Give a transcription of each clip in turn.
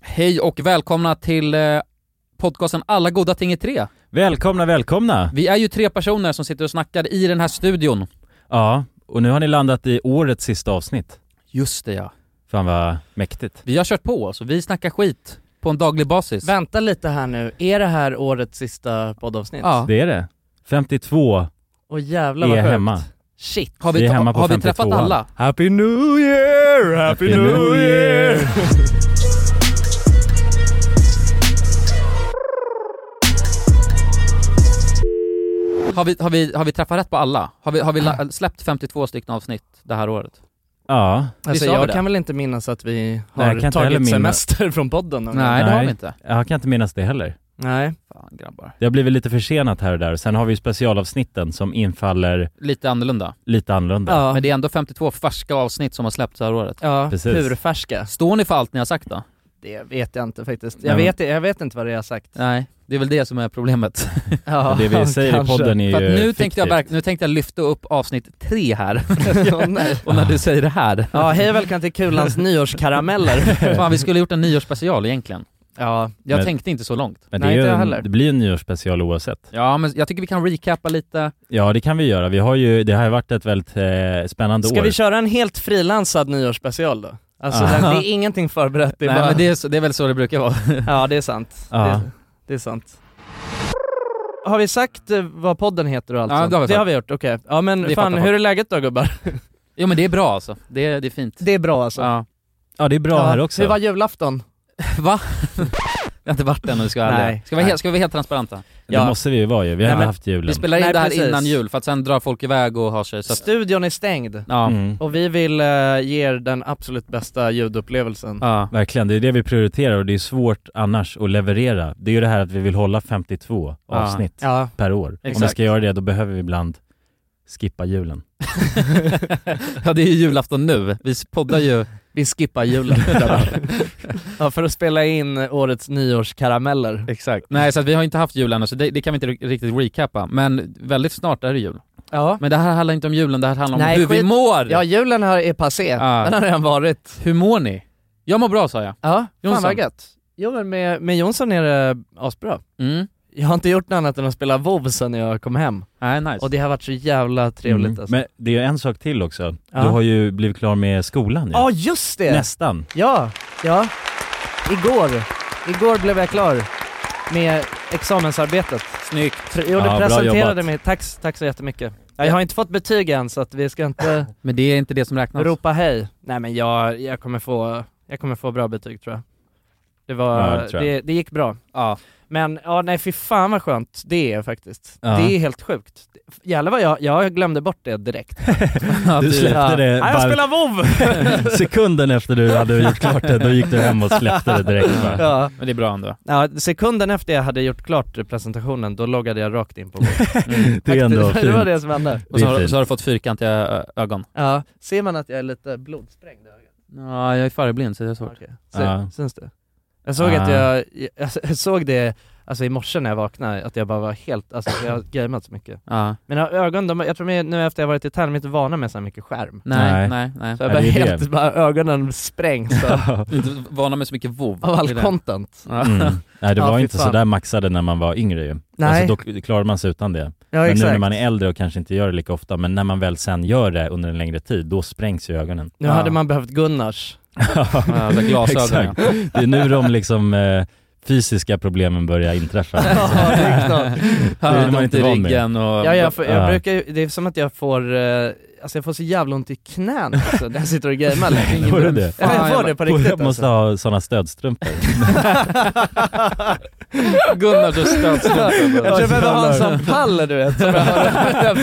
Hej och välkomna till eh, podcasten Alla goda ting i tre. Välkomna, välkomna! Vi är ju tre personer som sitter och snackar i den här studion. Ja, och nu har ni landat i årets sista avsnitt. Just det ja. Fan vad mäktigt. Vi har kört på oss och vi snackar skit på en daglig basis. Vänta lite här nu, är det här årets sista poddavsnitt? Ja. Det är det. 52 Och jävlar vad är sjukt. hemma. Shit. Har vi, Vi är hemma på har vi träffat 52. alla? Happy New Year, Happy New Year! Har vi, har vi, har vi träffat rätt på alla? Har vi, har vi la- släppt 52 stycken avsnitt det här året? Ja, Alltså Vi sa jag det. kan väl inte minnas att vi Nej, har jag kan inte heller tagit minnas. semester från podden? någon Nej, gång. det har Nej. vi inte. jag kan inte minnas det heller. Nej. Fan grabbar. Det har blivit lite försenat här och där. Sen har vi ju specialavsnitten som infaller Lite annorlunda. lite annorlunda. Ja. Men det är ändå 52 färska avsnitt som har släppts det här året. Ja, Precis. purfärska. Står ni för allt ni har sagt då? Det vet jag inte faktiskt. Nej, Jag, men- vet, jag vet inte vad det är jag har sagt. Nej, det är väl det som är problemet. Ja, det vi säger i kanske. podden är ju För att nu, tänkte jag, fiktivt. verk- nu tänkte jag lyfta upp avsnitt tre här, Åh, nej. och när du säger det här. Ja, hej och välkomna till Kulans nyårskarameller. Fan vi skulle ha gjort en nyårsspecial egentligen. Ja, Jag Men- tänkte inte så långt. Men det, Nej, är inte ju jag en, heller. det blir ju en nyårsspecial oavsett. Ja men jag tycker vi kan recappa lite. Ja, det kan vi göra. Vi har ju, det har ju varit ett väldigt eh, spännande ska år. vi köra en helt frilansad nyårsspecial då? Alltså Ja. den, det är ingenting förberett, det är Nej bara... men det är, så, det är väl så det brukar vara. Ja det är sant. Ja. Det, det är sant. Har vi sagt eh, vad podden heter och allt Ja, sånt? det har vi sagt. gjort, okej. Ja men Det fan, fattar hur är läget då gubbar? Jo men det är bra alltså. Det, är- det är fint. Det är bra alltså. Ja. Ja, det är bra Ja, här också. Hur var julafton? Va? Jag har inte varit där nu ska jag vara Nej. ärlig. Ska vi vara Nej. helt, ska vi vara helt transparenta? Ja. Det måste vi ju vara ju. Vi har Nej, inte men- haft julen. Vi spelar in Nej, det här precis. innan jul för att sen drar folk iväg och har sig så att, Studion är stängd ja. Mm. och vi vill eh, ge er den absolut bästa ljudupplevelsen. ja. Verkligen, det är det vi prioriterar och det är svårt annars att leverera. Det är ju det här att vi vill hålla 52 Ja. avsnitt Ja. per år. Om vi Exakt. ska göra det då behöver vi ibland skippa julen. ja det är ju julafton nu. Vi poddar ju Vi skippar julen. ja, för att spela in årets nyårskarameller. Exakt. Nej, så att vi har inte haft jul ännu, så det, det kan vi inte ri- riktigt recappa. Men väldigt snart är det jul. Ja. Men det här handlar inte om julen, det här handlar om Nej, hur vi skit- mår! Ja, julen här är passé. Ja. Den har redan varit. Hur mår ni? Jag mår bra sa jag. Ja, Jonsson. fan vad gött. Jo men med, med Jonsson är det asbra. Mm. Jag har inte gjort något annat än att spela WoW sen jag kom hem. Nej, nice. Och det har varit så jävla trevligt Mm. alltså. Men det är ju en sak till också. Ja. Du har ju blivit klar med skolan ju. Ja just det! Nästan. Ja, ja. Igår, igår blev jag klar med examensarbetet. Snyggt. Tr- Jo du Ja, bra presenterade jobbat. mig, tack, tack så jättemycket. Ja, Jag har inte fått betyg än så att vi ska inte Men det är inte det som räknas. ropa hej. Nej men jag, jag, kommer få, jag kommer få bra betyg tror jag. Det, Ja, var, det det, tror det, jag. gick bra. Ja. Men ja, nej fy fan vad skönt det är faktiskt. Ja. Det är helt sjukt. Jävlar vad jag, jag glömde bort det direkt. Att Du släppte det Ja. Nej, jag bara- spelar WoW! Sekunden efter du hade gjort klart det, då gick du hem och släppte det direkt bara. ja. Men det är bra ändå. ja, sekunden efter jag hade gjort klart presentationen, då loggade jag rakt in på WoW. Mm. Det är ändå det var fint. det som hände. Och så Det är har, fint. så har du fått fyrkantiga ö- ögon. Ja, ser man att jag är lite blodsprängd i ögat? Ja, jag är färgblind så det är svårt. Okej. Ja. Se- Syns det? Jag såg att Ah. jag, jag, jag såg det alltså i morse när jag vaknade, att jag bara var helt, alltså jag har gameat så mycket. Ja. Mina ögon, de, jag tror mig, nu efter jag varit i Thailand, de är inte vana med så här mycket skärm. Nej, Nej. nej, nej. Så jag Ja, bara det är det. helt, bara ögonen sprängs av, Du är inte vana med så mycket vov. av Det är all det. content. Ja. Mm. Nej det Ja, var fy inte fan. sådär maxade när man var yngre ju. Nej. Alltså, då klarade man sig utan det. Ja men nu när man är äldre och kanske inte gör det lika ofta, men när man väl sen gör det under en längre tid, då sprängs ju ögonen. Nu Ja. hade man behövt Gunnars. Ja, alltså så här glasögon. Exakt. Det är nu de liksom eh, fysiska problemen börjar inträffa. Ja, det är klart. Ja, Det är man ont inte i van med. ryggen och... Ja, jag, får, jag Ja. brukar ju- det är som att jag får, eh, alltså jag får så jävla ont i knän alltså, när jag sitter och gamear längre. Får du det? Ja, jag får det på riktigt Jag måste alltså. ha sådana stödstrumpor. Gunnars stödstrumpor. Jag tror jag behöver ha en sån pall du vet, som jag har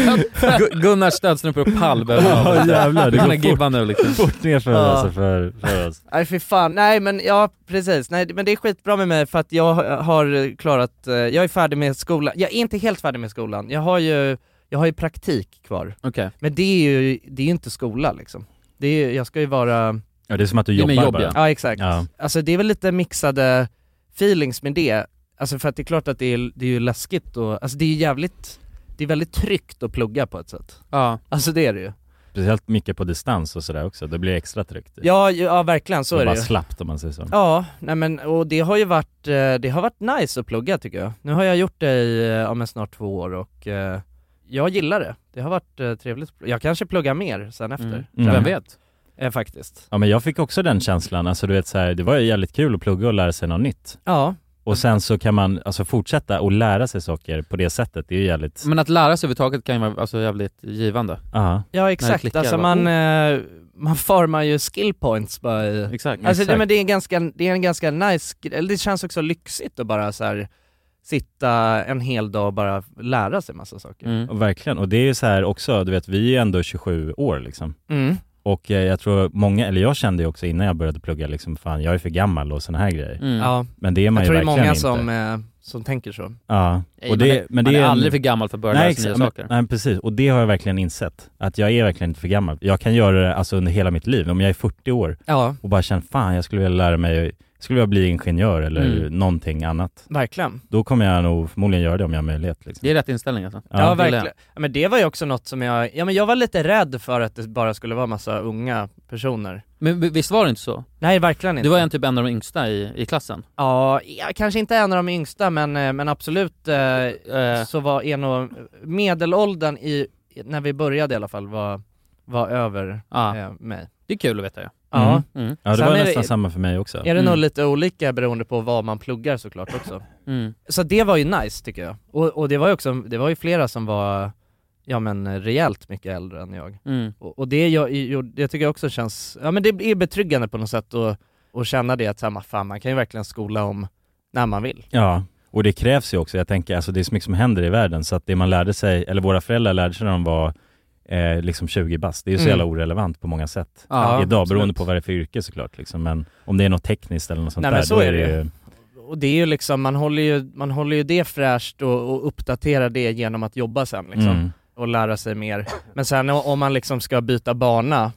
Gu- Gunnars stödstrumpor och pall behöver man. Ja jävlar, det Han är går fort, gibban nu liksom. fort ner för, Ja. alltså, för, för oss. Nej fy fan, nej men ja precis, nej men det är skitbra med mig för att jag har- har klarat, eh, jag är färdig med skolan, jag är inte helt färdig med skolan, jag har ju, jag har ju praktik kvar. Okej. Men det är ju, det är ju inte skola liksom. Det är, ju- jag ska ju vara, Ja, det är som att du Det är jobbar med jobb, bara. ja. ja exakt. Ja. Alltså det är väl lite mixade feelings med det, alltså för att det är klart att det är, det är ju läskigt och, alltså det är ju jävligt, det är väldigt tryggt att plugga på ett sätt. Ja. Alltså det är det ju. Speciellt mycket på distans och sådär också, det blir extra tryckt. Ja, ju- ja verkligen så det är det bara ju. slappt om man säger så. Ja, nej men och det har ju varit, eh, det har varit nice att plugga tycker jag. Nu har jag gjort det i, eh, ja men snart två år och eh, jag gillar det. Det har varit eh, trevligt. att pl- Jag kanske pluggar mer sen efter. Mm. Mm. Vem vet? Eh, faktiskt. Ja men jag fick också den känslan, alltså du vet så här, det var ju jävligt kul att plugga och lära sig något nytt. Ja, Och sen så kan man alltså fortsätta och lära sig saker på det sättet, det är ju jävligt, Men att lära sig överhuvudtaget kan ju vara alltså, jävligt givande. ja. ja När det exakt. klickar, Alltså bara, man, eh, man formar ju skill points bara i Exakt. Alltså Exakt. nej, men det är, en ganska, det är en ganska nice, gre- eller det känns också lyxigt att bara så här, sitta en hel dag och bara lära sig massa saker. Mm. Och verkligen, och det är ju så här också, du vet vi är ju ändå 27 år liksom. Mm. Och eh, jag tror många, eller jag kände ju också innan jag började plugga liksom, fan jag är för gammal och sådana här grejer. Mm. Ja, Men det är man jag ju tror det är verkligen många inte. som, eh, som tänker så. Ja, Nej, och man det, är, men det man är en- aldrig för gammal för att börja lära sig nya men- saker. Nej precis, och det har jag verkligen insett. Att jag är verkligen inte för gammal. Jag kan göra det alltså, under hela mitt liv. Om jag är 40 år Ja, och bara känner fan jag skulle vilja lära mig, jag skulle vilja bli ingenjör eller Mm. någonting annat. verkligen. Då kommer jag nog förmodligen göra det om jag har möjlighet. Liksom. Det är rätt inställning alltså. Ja, Ja, det gillar jag. verkligen. Ja, men det var ju också något som jag, ja men jag var lite rädd för att det bara skulle vara massa unga personer. Men vi- visst var det inte så? Nej verkligen inte. Du var ju en typ en av de yngsta i, i klassen. Ja, jag kanske inte en av de yngsta men, eh, men absolut eh, Eh, så var är nog medelåldern i, när vi började i alla fall var, var över ja. eh, mig. Det är kul att veta ja. Ja, Mm. Mm. Ja det Sen var är det- nästan samma för mig också. är det Mm. nog lite olika beroende på vad man pluggar såklart också. Mm. Så det var ju nice tycker jag. Och, och det var ju också, det var ju flera som var, ja men rejält mycket äldre än jag. Mm. Och, och det, jag, jag, jag tycker jag också känns, ja men det är betryggande på något sätt att, att känna det att så här, man- fan, man kan ju verkligen skola om när man vill. Ja, och det krävs ju också. Jag tänker, alltså det är så mycket som händer i världen så att det man lärde sig, eller våra föräldrar lärde sig när de var eh, liksom 20 bast, det är ju så Mm. jävla orelevant på många sätt. Ja, idag, beroende absolut. på vad det är för yrke såklart liksom. Men om det är något tekniskt eller något sånt Nej, men där, så då är är det det ju... Och det är ju liksom, man håller ju, man håller ju det fräscht och, och uppdaterar det genom att jobba sen liksom. Mm. och lära sig mer. Men sen o- om man liksom ska byta bana,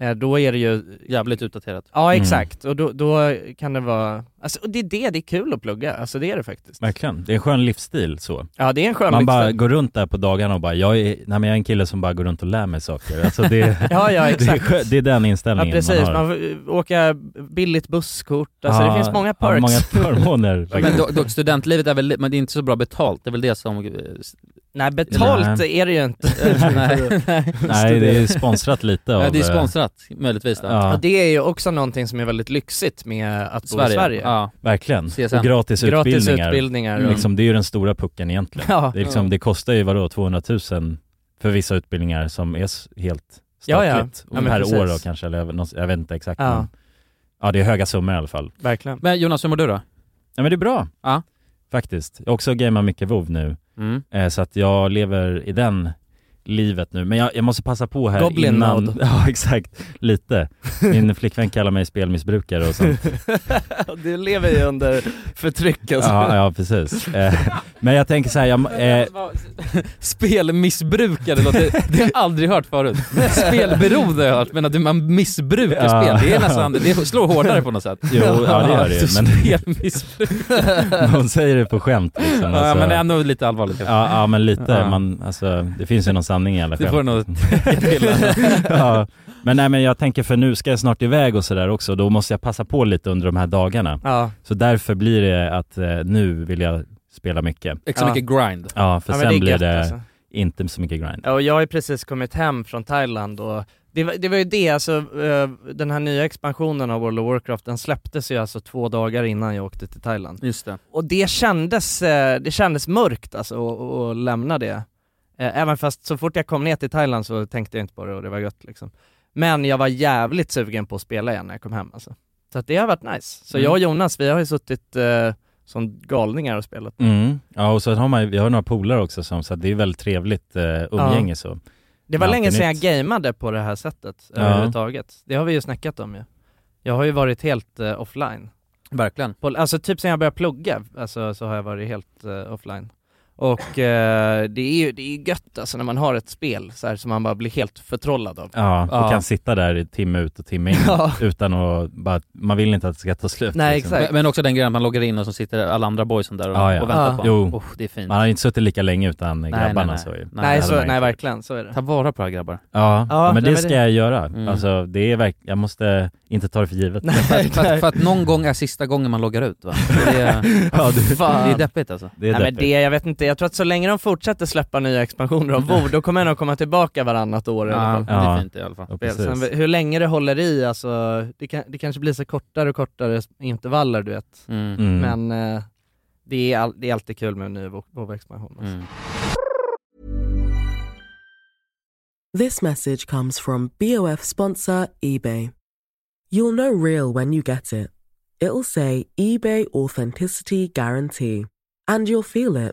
eh, då är det ju Jävligt utdaterat. Ja Mm. exakt, och då, då kan det vara, alltså och det är det, det är kul att plugga, alltså det är det faktiskt. Verkligen. Det är en skön livsstil så. Ja det är en skön Man bara livsstil. går runt där på dagarna och bara, jag är, nej, men jag är en kille som bara går runt och lär mig saker. Alltså det, Ja ja det, är, exakt. skö- det är den Ja inställningen precis, man har. man får åka billigt busskort, alltså Ja, det finns många Ah, ja, perks. många förmåner Men faktiskt. dock, dock studentlivet är väl, men det är inte så bra betalt, det är väl det som... eh, s- Nej betalt är det ju inte. Nej. Nej, det är sponsrat lite av... Ja, det är eh, sponsrat, möjligtvis då. Ja, Och det är ju också någonting som är väldigt lyxigt med att bo i Sverige. Ja. verkligen. CSN. Och gratis, Gratis utbildningar. utbildningar. Mm. och- Liksom, det är ju den stora pucken egentligen. Ja. Det, är liksom, Ja. det kostar ju vadå, 200 000 för vissa utbildningar som är s- helt Ja, ja. statligt. Ja, men per precis. år då kanske, eller jag, något- jag vet inte exakt. Ja. Men, ja, det är höga summor i alla fall. verkligen. Men Jonas, hur mår du då? Ja, men det är bra. Ja. Faktiskt. Jag har också gamear mycket WoW nu, Mm. eh, så att jag lever i den livet nu. Men jag, jag måste passa på här Goblin innan... mode. Ja, exakt. Lite. Min flickvän kallar mig spelmissbrukare och sånt. du lever ju under förtryck alltså. Ja, ja precis. Eh, men jag tänker så här, jag, eh, Spelmissbrukare låter, det har jag aldrig hört förut. Spelberoende har jag hört, men att man missbrukar Ja. spel, det är nästan, det slår hårdare på något sätt. Jo, ja, det gör det ju, men- Spelmissbrukare. hon säger det på skämt liksom. Ja, alltså. men det är ändå lite allvarligt kanske. Ja, ja men lite, Ja. Man, alltså, det finns ju någon sanning i alla Det får fall. nog tänka till. ja. Men nej men jag tänker för nu ska jag snart iväg och sådär också, då måste jag passa på lite under de här dagarna. Ja. Så därför blir det att eh, nu vill jag spela mycket. Extra Ja. mycket grind. Ja, för ja, men sen det är blir gött, det alltså. inte så mycket grind. Ja, och jag har ju precis kommit hem från Thailand och det var, det var ju det, alltså eh, den här nya expansionen av World of Warcraft, den släpptes ju alltså två dagar innan jag åkte till Thailand. Just det. Och det kändes, eh, det kändes mörkt alltså att- att lämna det. Eh, Även fast så fort jag kom ner till Thailand så tänkte jag inte på det och det var gött liksom. Men jag var jävligt sugen på att spela igen när jag kom hem alltså. Så att det har varit nice. Så Mm. jag och Jonas, vi har ju suttit eh, som galningar och spelat. Mm. Ja, och så har man, ju- jag har några polare också som, så att det är väldigt trevligt eh, umgänge så. Det var Ja, länge det är sedan jag nytt. gameade på det här sättet Ja. överhuvudtaget. Det har vi ju snackat om ju. Jag har ju varit helt eh, offline. Verkligen. På, alltså typ sen jag började plugga, alltså, så har jag varit helt eh, offline. Och eh, det, är ju, det är ju gött alltså när man har ett spel så här, som man bara blir helt förtrollad av. Ja, och Ja. kan sitta där i timme ut och timme in Ja. utan att bara, man vill inte att det ska ta slut. liksom. Nej, exakt. Men, men också den grejen att man loggar in och så sitter alla andra boysen där och, Ja, Ah, ja. och väntar Ja. på Jo. en. Oh, det är fint. Man har inte suttit lika länge utan grabbarna nej. så ju. Nej, nej, det så, hade man nej inte. verkligen, så är det. Ta vara på det här grabbar. Ja, Ja, men det nej, men ska det- jag göra. Mm. Alltså det är verk... jag måste inte ta det för givet. För, att- för, att- för att någon gång är sista gången man loggar ut va? Det är, ja, det, det Fan. är deppigt alltså. det är Nej men deppigt. det, jag vet inte, jag tror att så länge de fortsätter släppa nya expansioner av WoW då kommer de komma tillbaka varannat år i alla Ja, fall. det är Ja. fint i alla fall. Ja, Spel. precis. Sen, hur länge det håller i alltså, det, kan, det kanske blir så kortare och kortare intervaller du vet. Mm. Mm. Men eh, det, är all, det är alltid kul med en ny WoW-expansion. Alltså. Mm. This message comes from BOF sponsor eBay. You'll know real when you get it. It'll say eBay Authenticity Guarantee. And you'll feel it.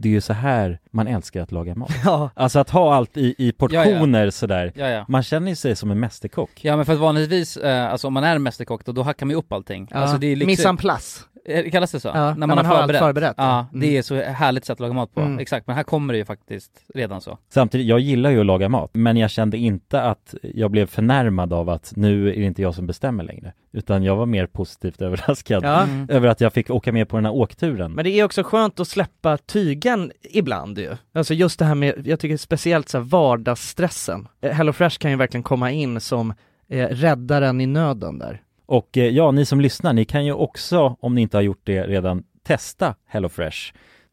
det är ju så här man älskar att laga mat. Ja. Alltså att ha allt i, i portioner sådär. Ja, ja. Man känner ju sig som en mästerkock. Ja men för att vanligtvis, eh, alltså om man är mästerkock då, då hackar man ju upp allting. Ja. Alltså det är lyxigt. Mise en place. Eh, Kallas det så? Ja, när man har allt förberett. Ja, Mm. det är så härligt sätt att laga mat på. Mm. Exakt, men här kommer det ju faktiskt redan så. Samtidigt, jag gillar ju att laga mat, men jag kände inte att jag blev förnärmad av att nu är det inte jag som bestämmer längre. Utan jag var mer positivt överraskad Ja. över att jag fick åka med på den här åkturen. Men det är också skönt att släppa tygen ibland ju. Alltså just det här med, jag tycker speciellt så här vardagsstressen. Eh, HelloFresh kan ju verkligen komma in som eh, räddaren i nöden där. Och eh, ja, ni som lyssnar, ni kan ju också, om ni inte har gjort det redan, testa HelloFresh.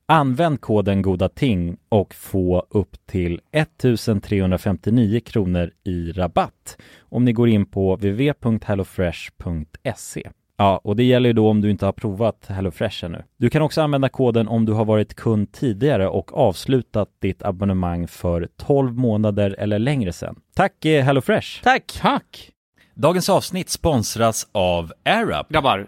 Använd koden goda ting och få upp till 1359 kronor i rabatt om ni går in på www.hellofresh.se. Ja, och det gäller ju då om du inte har provat HelloFresh ännu. Du kan också använda koden om du har varit kund tidigare och avslutat ditt abonnemang för 12 månader eller längre sedan. Tack eh, HelloFresh! Tack! Tack! Dagens avsnitt sponsras av AirUp. Grabbar,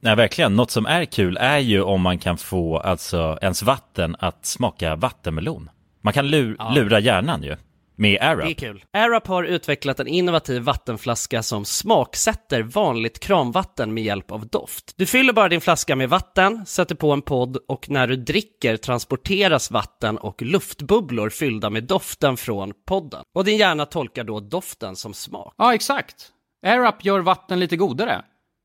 Nej, verkligen. Något som är kul är ju om man kan få alltså ens vatten att smaka vattenmelon. Man kan lu- lura hjärnan ju med Det är AirUp. kul. Airap har utvecklat en innovativ vattenflaska som smaksätter vanligt kranvatten med hjälp av doft. Du fyller bara din flaska med vatten, sätter på en podd och när du dricker transporteras vatten och luftbubblor fyllda med doften från podden. Och din hjärna tolkar då doften som smak. ja, exakt. AirUp gör vatten lite godare,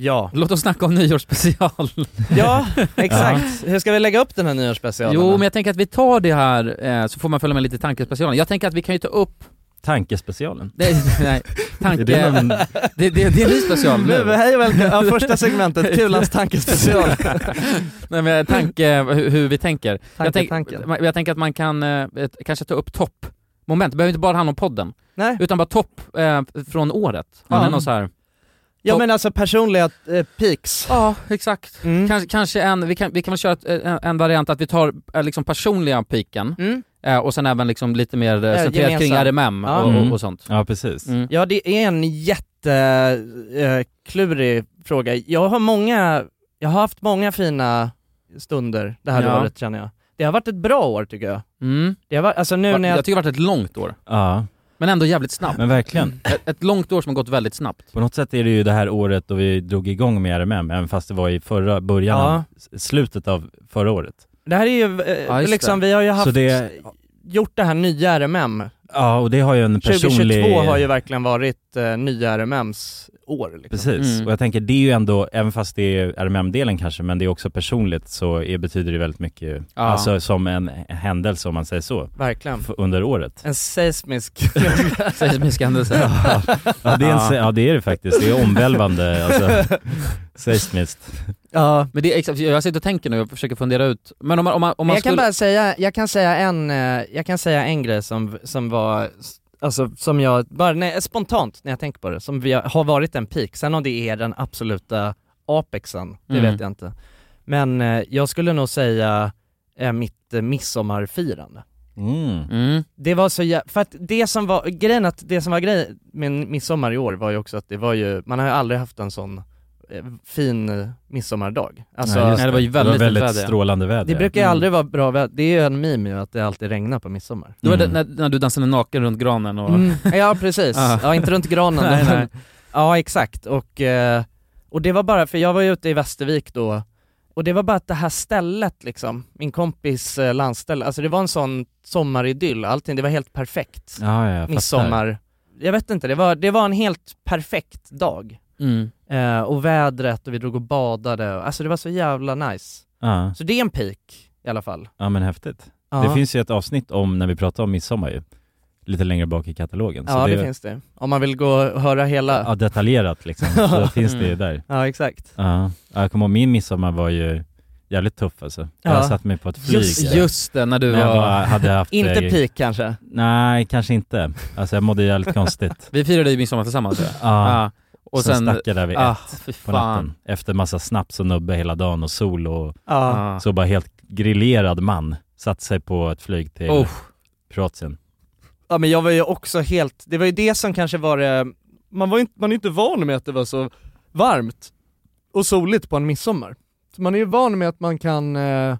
Ja, låt oss snacka om nyårsspecial. ja exakt. Hur ska vi lägga upp den här nyårsspecialen? Jo men jag tänker att vi tar det här eh, så får man följa med lite i tankespecialen. Jag tänker att vi kan ju ta upp, Tankespecialen. det, nej, tanke, Är det någon... det, det, det är en ny special Nu, nu. hej och välkommen, ja, första segmentet, kulans tankespecial. Nej men tanke, hur, hur vi tänker. jag, tänk, tanken. man- jag tänker att man kan eh, ett- kanske ta upp toppmoment, det behöver inte bara handla om podden, Nej, utan bara topp eh, från året. Har Ja. ni någon så här? jag menar alltså personliga eh, peaks. Ja, exakt. Mm. Kanske, kanske en, vi kan, vi kan väl köra ett, eh, en, en variant att vi tar eh, liksom personliga piken Mm. eh, och sen även liksom lite mer eh, centrerat kring gemensam. RMM Ja. och, och, Mm. och sånt. Ja, precis. Mm. Ja det är en jätteklurig eh, klurig fråga. Jag har många, jag har haft många fina stunder det här Ja. året känner jag. Det har varit ett bra år tycker jag. Mm. Det har varit, alltså nu Va- när Jag jag, tycker det har varit ett långt år, Ja, men ändå jävligt snabbt. men verkligen. Ett, ett långt år som har gått väldigt snabbt. På något sätt är det ju det här året då vi drog igång med RMM, även fast det var i förra början, Ja. av, s- slutet av förra året. det här är ju, eh, Ja, just liksom vi har ju Så haft, det, gjort det här nya RMM. ja och det har ju en personlig... 2022 har ju verkligen varit eh, nya RMMs år liksom. Precis, Mm. och jag tänker det är ju ändå, även fast det är RMM-delen kanske, men det är också personligt så är, betyder det väldigt mycket, Ja. alltså som en händelse om man säger så, Verkligen. f- under året. En seismisk... Seismisk händelse. Ja, ja, det är en, se- ja det är det faktiskt, det är omvälvande alltså, seismiskt. ja. Men det är exakt, jag sitter och tänker nu och försöker fundera ut, men om man, om man, om Men man jag kan skulle... bara säga, jag kan säga en, eh, jag kan säga en grej som, som var, alltså som jag, bara nej, spontant när jag tänker på det, som vi har, har varit en peak. Sen om det är den absoluta apexen, det Mm. vet jag inte. Men eh, jag skulle nog säga eh, mitt eh, midsommarfirande. Mm. Mm. Det var så jä- för att det som var, grejen att det som var grej med midsommar i år var ju också att det var ju, man har ju aldrig haft en sån eh, fin eh, midsommardag. Alltså, Ja, just Nej, det var ju väldigt det var väldigt fint väder. strålande väder. det brukar ju Mm. aldrig vara bra väder, det är ju en meme ju att det alltid regnar på midsommar. Det var det, Mm. när, när du dansade naken runt granen och... Mm. Ja precis, Ja. ja inte runt granen Nej, men- nej. Ja exakt, och, eh, och det var bara, för jag var ju ute i Västervik då, och det var bara att det här stället liksom, min kompis eh, landställe, alltså det var en sån sommaridyll, allting, det var helt perfekt. Ja, ja, jag fattar. Midsommar, jag vet inte, det var, det var en helt perfekt dag. Mm. Eh, och vädret och vi drog och badade, och, alltså det var så jävla nice. Ja, Så det är en peak i alla fall. ja men häftigt. Ja, Det finns ju ett avsnitt om när vi pratar om midsommar ju, lite längre bak i katalogen. ja det, finns det. Om man vill gå och höra hela, Ja, detaljerat liksom, så finns det ju Mm. där. ja exakt. Ja, Ja, jag kommer ihåg min midsommar var ju jävligt tuff alltså. Jag Ja. satt mig på ett flyg. Just, just det, när du När jag var... bara hade haft... Inte eh, peak kanske. Nej, kanske inte. Alltså jag mådde jävligt konstigt. Vi firade ju midsommar tillsammans ja. Ja, Ja. Och sen, sen... stack jag där vid ah, ett fy på fan. natten. Efter massa snaps och nubbe hela dagen och sol och Ja. Ah. så bara helt grillerad man satt sig på ett flyg till Oh. Kroatien. Ja men jag var ju också helt, det var ju det som kanske var det, man var ju inte, man är ju inte van med att det var så varmt och soligt på en midsommar. Så man är ju van med att man kan, eh,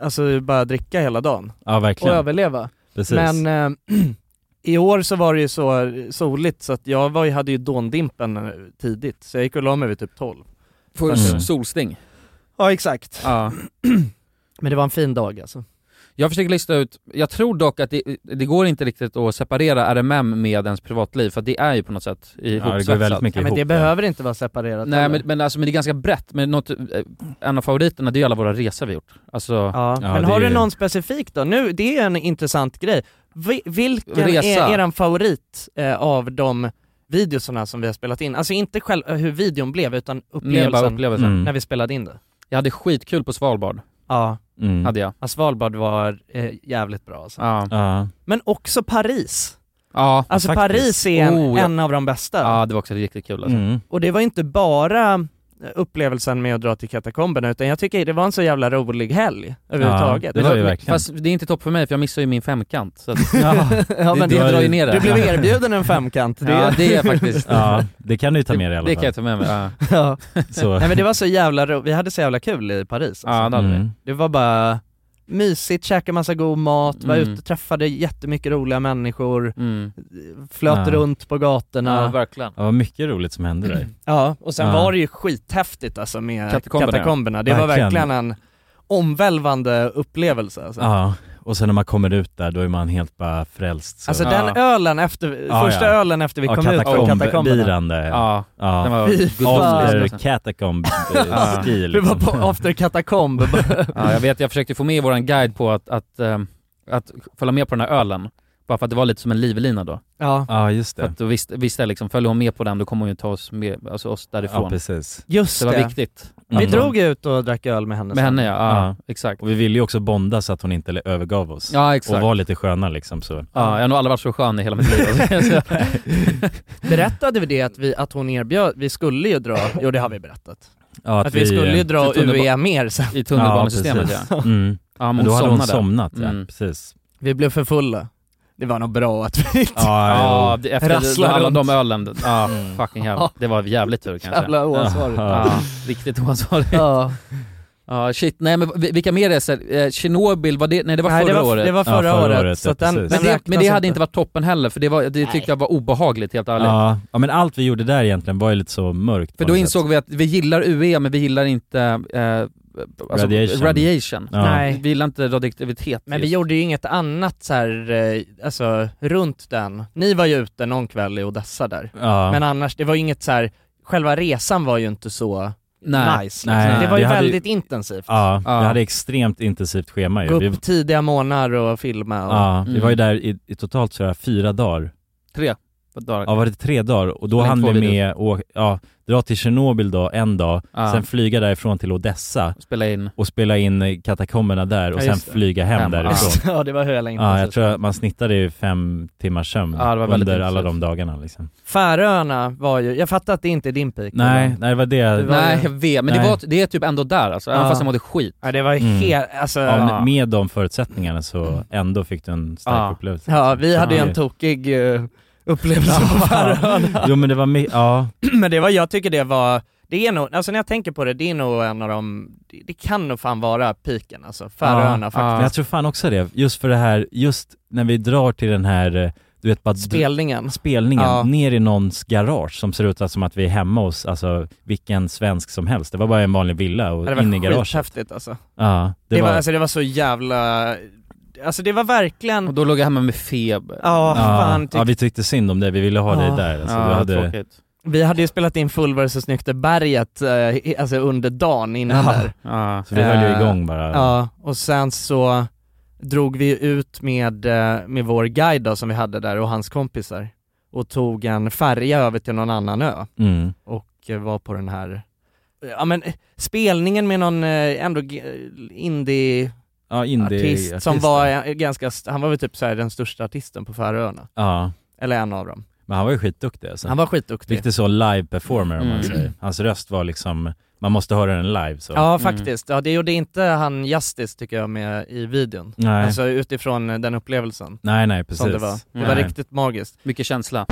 alltså bara dricka hela dagen Ja, och verkligen. överleva. Precis. Men eh, i år så var det ju så soligt så att jag var, ju- hade ju dåndimpen eh, tidigt, så jag gick och la mig vid typ 12. Får Mm. solsting. Ja exakt. Ja. Men det var en fin dag alltså. Jag försöker lista ut, jag tror dock att det, det går inte riktigt att separera RMM med ens privatliv för att det är ju på något sätt ja, det ihopsvetsat. går väldigt mycket Ja, men ihop. det där. behöver inte vara separerat Nej heller. men, men, alltså, men det är ganska brett, men något, eh, en av favoriterna det är ju alla våra resor vi gjort. Alltså, Ja, Ja, men det har är- du någon specifik då? Nu, det är en intressant grej. Vi, vilken Resa. är er favorit eh, av de videoserna som vi har spelat in? Alltså inte själv, eh, hur videon blev utan mer upplevelsen bara upplevelsen. Mm. när vi spelade in det. Jag hade skitkul på Svalbard, Ja, Mm. hade jag. ja, Svalbard var eh, jävligt bra alltså. Ja. Ja. Men också Paris. Ja. Alltså faktiskt. Paris är en, Oh, ja. en av de bästa. ja, det var också riktigt kul alltså. Mm. Och det var inte bara eh, upplevelsen med att dra till katakomberna utan jag tycker det var en så jävla rolig helg överhuvudtaget. Alltså, det var ju verkligen. Fast det är inte topp för mig för jag missar ju min femkant. Så att, ja, det, men det, det, drar ju ner det. du blev erbjuden en femkant. Det, Ja, det är faktiskt... Ja, det kan du ju ta med dig i alla det kan jag fall. ta med mig. Ja, ja. Så. Nej men det var så jävla roligt, vi hade så jävla kul i Paris alltså. ja det hade vi. Mm. Det var bara, mysigt, käka massa god mat, var Mm. ute, träffade jättemycket roliga människor, Mm. flöt Ja. runt på gatorna. Ja, Ja, verkligen. Det var mycket roligt som hände där. och sen Ja. var det ju skithäftigt alltså med Katakomberna, katakomberna. ja. Det var Verkligen. verkligen en omvälvande upplevelse alltså. Ja, och sen när man kommer ut där då är man helt bara frälst. Så. Alltså Ja. den ölen efter, Ja, första ja. ölen efter vi ja, kom ut från katakomberna. katakombirande. Ja. Ja, den ja. var Fy good fan. times, After liksom. catacomb Ja. eh, ski Vi var liksom. på after katakomb. Ja, Alltså, jag vet, jag försökte få med våran guide på att, att, ehm, att följa med på den här ölen. Bara för att det var lite som en livlina då. ja. Ja, just För det. att då visste, visste jag liksom, följer hon med på den då kommer hon ju ta oss, med, alltså oss Ja, därifrån. precis. Just det det. var viktigt. Vi Mm. drog ut och drack öl med henne. Med sen. henne ja, ja, Ja. exakt. Och vi ville ju också bonda så att hon inte övergav oss. Ja och exakt. var lite sköna liksom så. Ja, jag har nog aldrig varit så skön i hela mitt liv. alltså. Berättade vi det att, vi, att hon erbjöd, vi skulle ju dra, jo det har vi berättat. Ja, Att, vi, skulle ju eh, dra ett underbar- UEA mer sen. I tunnelbanesystemet ja. precis. Mm. ja men Men hon då hade hon somnade. somnat, ja. Mm. Precis. Vi blev för fulla. Det var nog bra att vi inte Ja, det- efter Rasslar alla runt. de ölen. Ja, fucking hell. Ja. Det var jävligt tur kanske. jävla oansvarigt. Ja. Ja, riktigt oansvarigt. Ja. Ja, shit. Nej men vi- vilka mer resor? Eh, Tjernobyl, var det, nej det var Nej, förra det var, året. Det var Ja, förra, förra året. året, så ja, att den, precis. men den det, räknas men det hade inte. inte varit toppen heller, för det, var, det tyckte jag var obehagligt helt ärligt. Ja. ja, men allt vi gjorde där egentligen var ju lite så mörkt. För på då något insåg sätt. vi att vi gillar UE men vi gillar inte eh, alltså, Radiation. radiation. Ja. Nej. Vi gillar inte radioaktivitet. Men vi just. gjorde ju inget annat så här, eh, alltså runt den. Ni var ju ute någon kväll i Odessa där. Ja. Men annars, det var ju inget så här, själva resan var ju inte så Nej. nice. Nej. Liksom. Det var ju Vi hade ju- väldigt intensivt. Ja, vi Ja. hade extremt intensivt schema ju. Gå Eh, Vi, Ah, upp tidiga morgnar och filma och... ja, vi Mm. var ju där i, i totalt så här, fyra dagar. Tre på dagar. Ja, var det tre dagar? Och då Spela in hann två vi videos. med och, ja, dra till Tjernobyl då, en dag, Ja. sen flyga därifrån till Odessa Spela in. och spela in eh, katakomberna där och Ja, sen just det. flyga hem, Hem, ja. därifrån. ja, det var hela Ja, Ah, jag intensivt. tror att man snittade ju fem timmars sömn Ja, det var väldigt under alla de intensivt. dagarna liksom. Färöarna var ju, jag fattar att det inte är din peak. Nej, men- nej det var det. var- Nej jag vet, men det, Nej. var, det är typ ändå där alltså, även Ja. fast jag mådde skit. Ja, det var ju Mm. helt, alltså... Ja, Ja, men med de förutsättningarna så ändå fick du en stark Ja. upplevelse. vi hade ju en tokig eh, upplevelse på Färöarna. Jo men det var mi- ja, Men det var, jag tycker det var, det är nog, alltså när jag tänker på det, det är nog en av de, det- det kan nog fan vara piken alltså, Färöarna Ja, faktiskt. men jag tror fan också det. Just för det här, just när vi drar till den här, eh, du vet bara dr- Spelningen. spelningen, Ja. ner i någons garage som ser ut som att vi är hemma hos, alltså vilken svensk som helst. Det var bara en vanlig villa och Ja, Det in i var garaget. skithäftigt alltså. Ja, Det, var, alltså det var så jävla, alltså det var Och verkligen, då låg jag hemma med feber. ja fan ja, tyck, ja, vi tyckte synd om det, vi ville ha Ja. dig där. Alltså, ja, du hade, tråkigt. vi hade ju spelat in Full vs Snyggt i berget, eh, i- alltså under dagen innan Ja. där. Ja. Så vi höll ju Eh, igång bara. Ja, och sen så drog vi ut med, eh, med vår guide då, som vi hade där och hans kompisar och tog en färja över till någon annan ö. Mm. och eh, var på den här, ja men eh, spelningen med någon eh, ändå g- eh, indie-artist Ja, indie som var eh, ganska, st- han var väl typ så här den största artisten på Färöarna, Ja, eller en av dem. men han var ju skitduktig alltså. Han var skitduktig. Riktigt så live-performer om man Mm. säger. Hans röst var liksom, man måste höra den live så. Ja Mm. faktiskt, ja, det gjorde inte han justice tycker jag med i videon. Nej. Alltså utifrån eh, den upplevelsen nej, nej precis. som det var. Det var Nej. riktigt magiskt. Mycket känsla.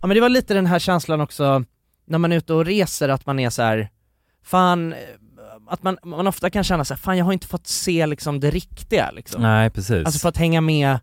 Ja men det var lite den här känslan också när man är ute och reser att man är så här, fan, eh, att man, man ofta kan känna så här, fan jag har inte fått se liksom det riktiga liksom. Nej precis. Alltså för att hänga med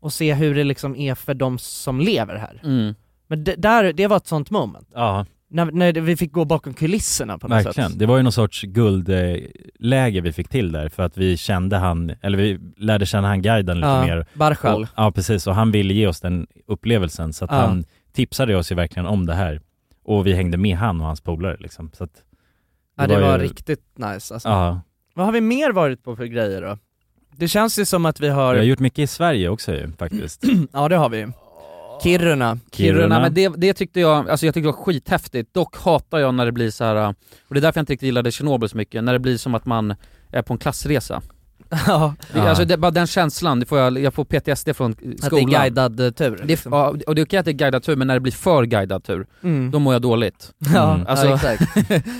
och se hur det liksom är för de som lever här. Mm. Men det, där, det var ett sånt moment. ja, När, när vi fick gå bakom kulisserna på något verkligen. sätt. Det var ju någon sorts guldläge vi fick till där för att vi kände han, eller vi lärde känna han guiden lite mer. Barshal. Och, ja precis, och han ville ge oss den upplevelsen så att Ja. han tipsade oss ju verkligen om det här. Och vi hängde med han och hans polare liksom. Så att det ja det var, ju- riktigt nice alltså. Ja, Vad har vi mer varit på för grejer då? Det känns ju som att vi har, vi har gjort mycket i Sverige också ju faktiskt. ja det har vi Kiruna. Kiruna, men det, det tyckte jag, alltså jag tyckte det var skithäftigt, dock hatar jag när det blir så här. och det är därför jag inte riktigt gillade Tjernobyl så mycket, när det blir som att man är på en klassresa. ja, Det, Ja. Alltså det, bara den känslan, det får jag, jag får PTSD från eh, att det är skolan. guidad eh, tur. Det, liksom. ja, och det är okej att det är guidad tur, men när det blir för guidad tur, mm. då mår jag dåligt. ja, Mm. Alltså- ja, exakt.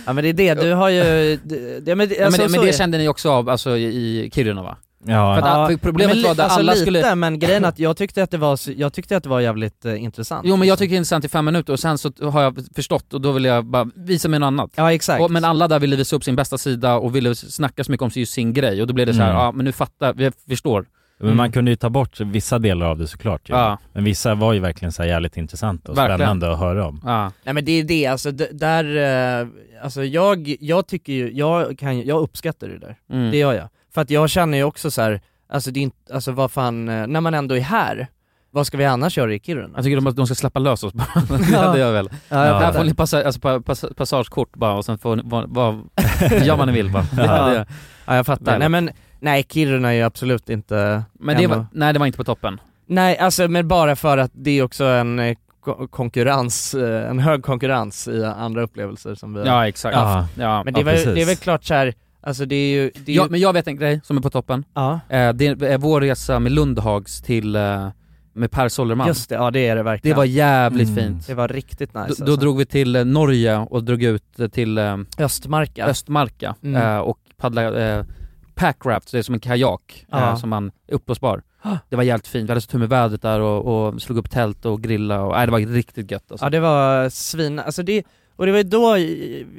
ja men det är det, du har ju, det, det, men, det- Ja, men alltså, det, men så det är- kände ni också av alltså, i i Kiruna va? För Ja, att- problemet men li- var att alltså alla lite, skulle- men grejen är att jag tyckte att det var, så- jag tyckte att det var jävligt eh, intressant. Jo men jag liksom. tycker det är intressant i fem minuter och sen så har jag förstått och då vill jag bara visa mig något annat. Ja exakt. Och, men alla där ville visa upp sin bästa sida och ville snacka så mycket om just sin grej och då blev det så här, Mm. ja men nu fattar, vi förstår. men man kunde ju ta bort vissa delar av det såklart ju. Mm. Ja, Men vissa var ju verkligen så här jävligt intressanta och Verkligen. spännande att höra om. ja. Nej men det är det, alltså d- där, eh, alltså jag, jag tycker ju, jag kan ju- jag uppskattar det där. Mm. Det gör jag. För att jag känner ju också så här, alltså det är inte, alltså vad fan, eh, när man ändå är här, vad ska vi annars göra i Kiruna? Jag tycker de, att de ska släppa lös oss bara. Ja. ja. Det gör jag väl. Ja, jag Här fattar. får ni passa, alltså, pa- pass, passagekort bara och sen får ni, vad, vad, gör vad ni vill bara. Det, Ja. det, Ja jag fattar. Nej men, nej Kiruna är ju absolut inte men det en var, av- nej det var inte på toppen. Nej alltså men bara för att det är också en eh, ko- konkurrens, eh, en hög konkurrens i andra upplevelser som vi har. Ja exakt. Ja. Ja. Ja. Men det, ja, var, ju- precis. det är väl klart så här, alltså det är ju, det är ju, men jag vet en grej som är på toppen. ja. Eh, det är vår resa med Lundhags till, eh, med Per Sollerman. Just det, ja det är det Det verkligen. var jävligt Mm. fint. det var riktigt nice alltså. Då, då drog vi till eh, Norge och drog ut eh, till eh, Östmarka. Östmarka Mm. eh, och paddlade eh, packraft, så det är som en kajak Ja. eh, som man är uppblåsbar. Det var jävligt fint, vi hade så tur med vädret där och, och slog upp tält och grilla och nej, det var riktigt gött alltså. Ja det var svin, alltså det, och det var ju då,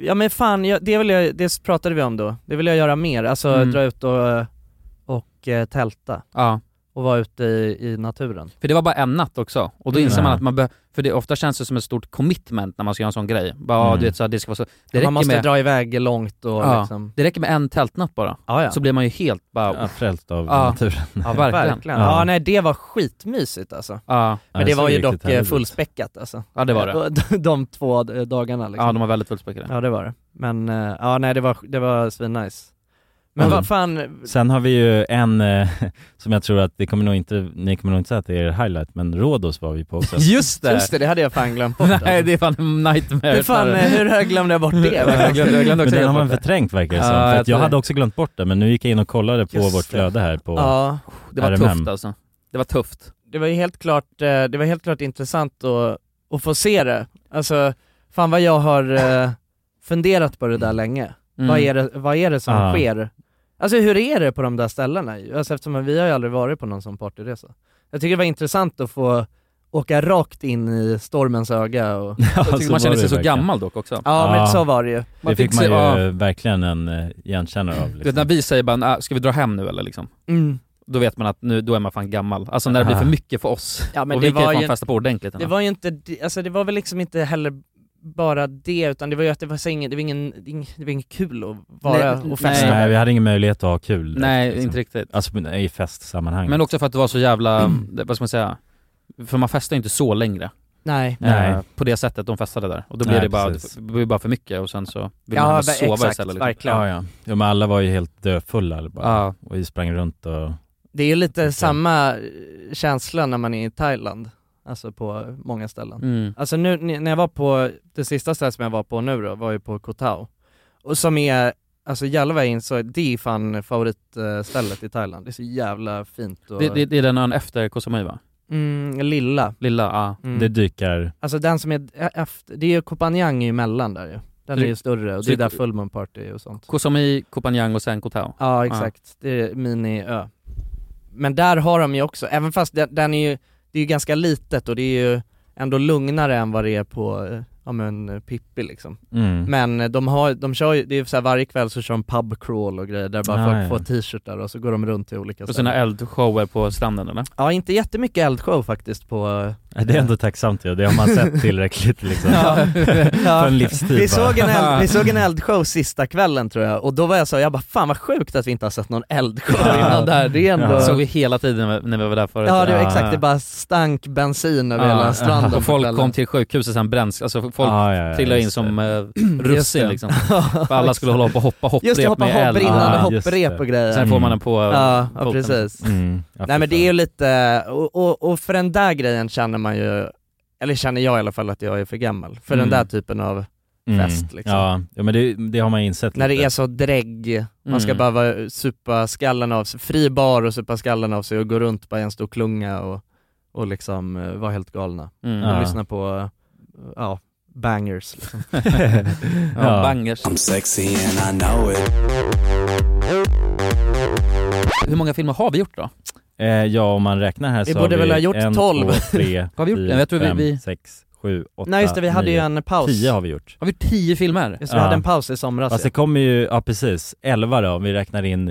ja men fan, jag, det, vill jag, det pratade vi om då, det vill jag göra mer, alltså Mm. dra ut och, och eh, tälta Ja. och vara ute i, i naturen. För det var bara en natt också, och då Mm. inser man Ja. att man behöver, för det ofta känns det som ett stort commitment när man ska göra en sån grej. Bara, Mm. du vet, så här, det ska vara så, det Man räcker, måste med, dra iväg långt och Ja. liksom, det räcker med en tältnatt bara, ja ja. så blir man ju helt bara, Ja, ja, frälst av Ja. naturen. verkligen. Ja. Ja. nej det var skitmysigt alltså. Ja, Ja, Men det såg var ju riktigt dock eh, härligt ut. fullspäckat alltså. ja det var det. De, de två eh, dagarna liksom. Ja de var väldigt fullspäckade. Ja det var det. Men, eh, ja nej det var, det var svinnice. Men Mm. vad fan, Sen har vi ju en eh, som jag tror att det kommer nog inte, ni kommer nog inte säga att det är er highlight, men Rhodos var vi på också. Just det! just det, det hade jag fan glömt bort Nej det är fan en nightmare. Hur fan, eh, hur hög glömde jag bort jag det? glömde, jag glömde Men också den helt har man bort det. förträngt verkar det som, Ja, för jag att tror jag det. hade också glömt bort det, men nu gick jag in och kollade på Just vårt det. flöde här på... Ja, Det var RMM. tufft alltså. Det var tufft. det var ju helt klart, eh, det var helt klart intressant att, att få se det. Alltså, fan vad jag har eh, funderat på det där länge. Mm. Vad, är det, vad är det som Ja. sker? Alltså hur är det på de där ställena? Alltså, eftersom vi har ju aldrig varit på någon sån partyresa. Jag tycker det var intressant att få åka rakt in i stormens öga och... Ja, Jag tycker man så var känner Alltså, det sig så verkligen. gammal dock också. Ja men Ja. så var det ju. Det fick se- man ju ja, verkligen en eh, igenkännare av du vet, liksom. när vi säger bara "Ah, ska vi dra hem nu eller liksom? Mm. Då vet man att nu, då är man fan gammal. Alltså när det blir för Ah. mycket för oss. Ja, men och det vi kan var ju fan ju- festa på ordentligt. Det ändå. var ju inte, det- alltså det var väl liksom inte heller bara det utan det var ju att det var, så ingen, det var, ingen, det var ingen- det var ingen kul att vara Nej, och festa. Nej. vi hade ingen möjlighet att ha kul. Nej, liksom. inte riktigt. Alltså men, i festsammanhang. Men också för att det var så jävla, det- vad ska man säga, för man festar ju inte så längre. Nej. Nej. Eh, På det sättet de festade där. Och då blir Nej, det bara, precis. det blir bara för mycket och sen så vill Ja, man hem och ve- sova exakt, istället. Liksom. verkligen. Ja, ja. ja men alla var ju helt döfulla bara. Ja. Och vi sprang runt och... Det är ju lite samma eh, känsla när man är i Thailand, alltså på många ställen. Mm. Alltså nu, n- när jag var på, det sista stället som jag var på nu då, var ju på Koh Tao. Och som är, alltså Jalva in så det är fan favoritstället i Thailand. Det är så jävla fint och... Det, det, det är den ön efter Koh Samui va? Mm, lilla. Lilla, ja. Mm. Det dykar... Alltså den som är d- e- efter, det är ju Koh Phangan är ju emellan där ju. Den Så är det- ju större och så det är det- där Full Moon Party och sånt. Koh Samui, Koh Phangan och sen Koh Tao. Ja exakt, det är miniö. Men där har de ju också, även fast den, den är ju, det är ju ganska litet och det är ju ändå lugnare än vad det är på, eh, ja men eh, Pippi liksom. Mm. Men eh, de har, de kör ju, det är ju så här varje kväll så kör de pub crawl och grejer där bara Ah, folk ja. får t-shirtar och så går de runt till olika Och sina ställen. eldshower på stranden eller? Ja inte jättemycket eldshow faktiskt på... eh, Ja, Det är ändå tacksamt ju, det har man sett tillräckligt liksom. Ja. För en livstid Vi bara. såg, en eld, vi såg en eldshow sista kvällen tror jag, och då var jag så, jag bara fan vad sjukt att vi inte har sett någon eldshow Ja. innan det här, det är ändå... Ja. Såg vi hela tiden när vi var där förut. Ja det var Ja, exakt, ja. det bara stank bensin över Ja, hela stranden Och folk kom till sjukhuset sen bränns, alltså folk Ja, ja, ja, trillade in just det. som eh, russin liksom. För alla skulle hålla på och hoppa hopprep Just det, hoppa med hopp, eld. brinnande Ja, just hopprep det. och grejer Sen får man den på eh, Ja, ja foten. precis Mm. Ja, Nej fy men det är fan. ju lite, och, och, och för den där grejen känner man ju, eller känner jag i alla fall att jag är för gammal, för Mm. den där typen av, fest, liksom. Mm. Ja, ja men det, det har man insett när det lite. är så drägg, man ska Mm. behöva supa skallen av sig, fri bar och supa skallen av sig och gå runt bara i en stor klunga och, och liksom eh, vara helt galna. Mm. Och Ja. lyssna på, eh, ja, bangers liksom. Ja, bangers. I'm sexy and I know it. Hur många filmer har vi gjort då? Eh, ja, om man räknar här Vi så borde har väl vi ha gjort en, 12. två, tre, Har vi gjort det? fyra, Jag tror vi- fem, vi- sex, sju, åtta, Nej just det, vi hade ju nio. en paus. Tio har vi gjort. Har vi gjort tio filmer? Just det, vi hade Ja. en paus i somras Fast det kommer ju, ja precis, elva då om vi räknar in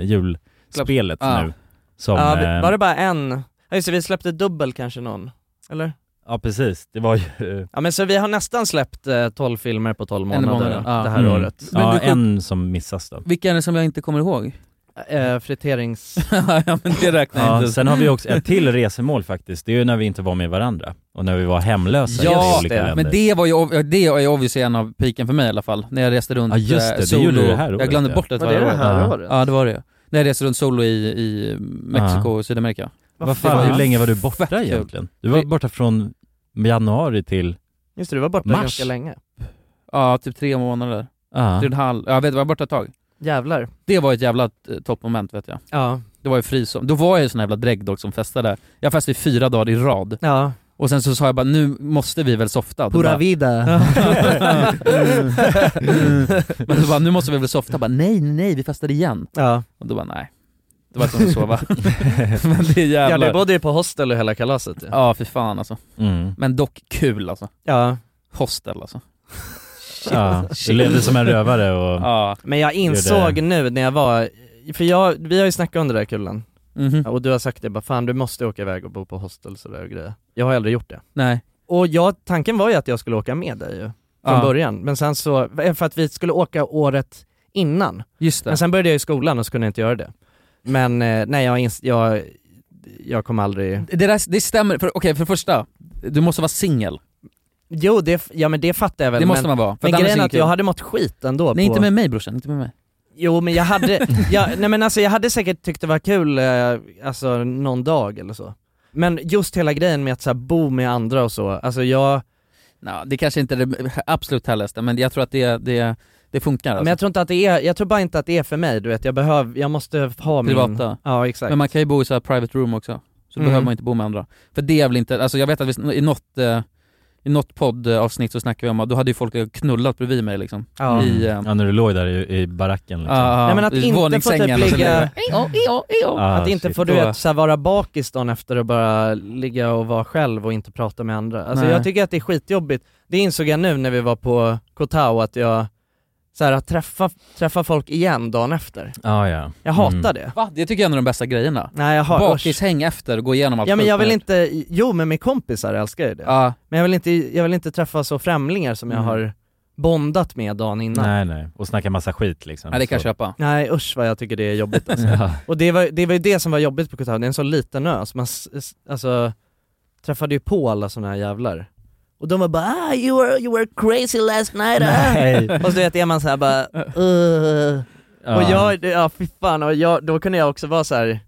julspelet Ja. nu. Som, ja, vi, eh, Var det bara en? Ja just det, vi släppte dubbel kanske någon, eller? ja precis, det var ju Ja men så vi har nästan släppt eh, 12 filmer på 12 En månader månad, ja. det här Mm. året. Men ja, du- en som missas då. Vilka är det som jag inte kommer ihåg? Eh, friterings... ja men det räknar jag Ja, inte. sen har vi också ett till resemål faktiskt, det är ju när vi inte var med varandra och när vi var hemlösa Ja, i olika det. länder. Men det var ju, ov- det är ju obviously en av piken för mig i alla fall, när jag reste runt Ja, just det. eh, Det solo. gjorde du det här jag året, glömde ja. bort det Var det det här Ja. året? Ja det var det ju. När jag reste runt solo i, i Mexiko och Sydamerika. Vad det fan, var hur länge var du borta fett kul. egentligen? Du var Vi- borta från januari till, Just det, du var borta Mars. ganska länge. Ja, typ tre månader. ja. Tre och en halv, ja, jag vet, jag var borta ett tag. Jävlar. Det var ett jävla eh, toppmoment vet jag. Ja. Det var ju frisom. Då var jag ju sån här jävla drägg dock som festade. Jag festade i fyra dagar i rad. Ja. Och sen så sa jag bara nu måste vi väl softa? Då bara- Mm. vida. Men då bara, nu måste vi väl softa? Jag Bara, nej, nej, nej, vi festade igen. ja. Och då bara, nej. Då var jag tvungen att sova. Men det är Ja, jävlar. du bodde ju på hostel och hela kalaset ju. Ja, för fan alltså. Mm. Men dock kul alltså. Ja. Hostel alltså. ja. Du levde som en rövare och, Ja. Men jag insåg nu när jag var, för jag, vi har ju snackat om det där Kullen, Mhm. och du har sagt det bara fan du måste åka iväg och bo på hostel sådär och grejer. Jag har aldrig gjort det. Nej. Och jag, tanken var ju att jag skulle åka med dig ju, från Ja. början, men sen så, eh, för att vi skulle åka året innan, Just det. men sen började jag i skolan och så kunde jag inte göra det. Men eh, nej jag, ins- jag, jag kom aldrig det, där, det stämmer, för, okej för det första, du måste vara singel. Jo det, ja men det fattar jag väl Det måste men, man vara. För men annars grejen är det att kul. jag hade mått skit ändå Nej på... inte med mig brorsan, inte med mig. Jo men jag hade, jag, nej men alltså jag hade säkert tyckt det var kul, eh, alltså någon dag eller så. Men just hela grejen med att så här, bo med andra och så, alltså jag, Nå, det kanske inte är det absolut härligaste, men jag tror att det, det, det funkar alltså. men jag tror inte att det är, jag tror bara inte att det är för mig du vet, jag behöver, jag måste ha min... Privata. Ja exakt. Men man kan ju bo i så här private room också, så då Mm. behöver man inte bo med andra. För det är väl inte, alltså jag vet att vi, i något, eh, i något poddavsnitt så snackade vi om att då hade ju folk knullat bredvid mig liksom. ja. i, eh, ja, när du låg där i, i baracken liksom. Ja, Nej, men att i inte få våningssängen typ och så ligga- vidare. Ah, att inte shit. få du Då- vet, så här, vara bakis dagen efter och bara ligga och vara själv och inte prata med andra. Alltså Nej. jag tycker att det är skitjobbigt. Det insåg jag nu när vi var på Koh Tao att jag, så här, att träffa, träffa folk igen dagen efter. Ja, ja. Jag hatar Mm. det. Va? Det tycker jag är en av de bästa grejerna. Nej jag har usch. Bakishäng efter och gå igenom allt Ja men skit jag vill med- inte, jo men med kompisar älskar jag det. Ja, Men jag vill inte, jag vill inte träffa så främlingar som jag Mm. har bondat med dagen innan. Nej. Nej nej, och snacka massa skit liksom. nej, det kan jag Så- köpa. Nej usch vad jag tycker det är jobbigt alltså. Ja. Och det var, det var ju det som var jobbigt på Koh Tao, det är en så liten ö, så man s- s- alltså, träffade ju på alla såna här jävlar. Och de var bara ah, you, were, you were crazy last night ah. Nej. Och så vet, är man såhär bara uh. Och Ja. jag, det- ja fy fan, och jag, då kunde jag också vara så här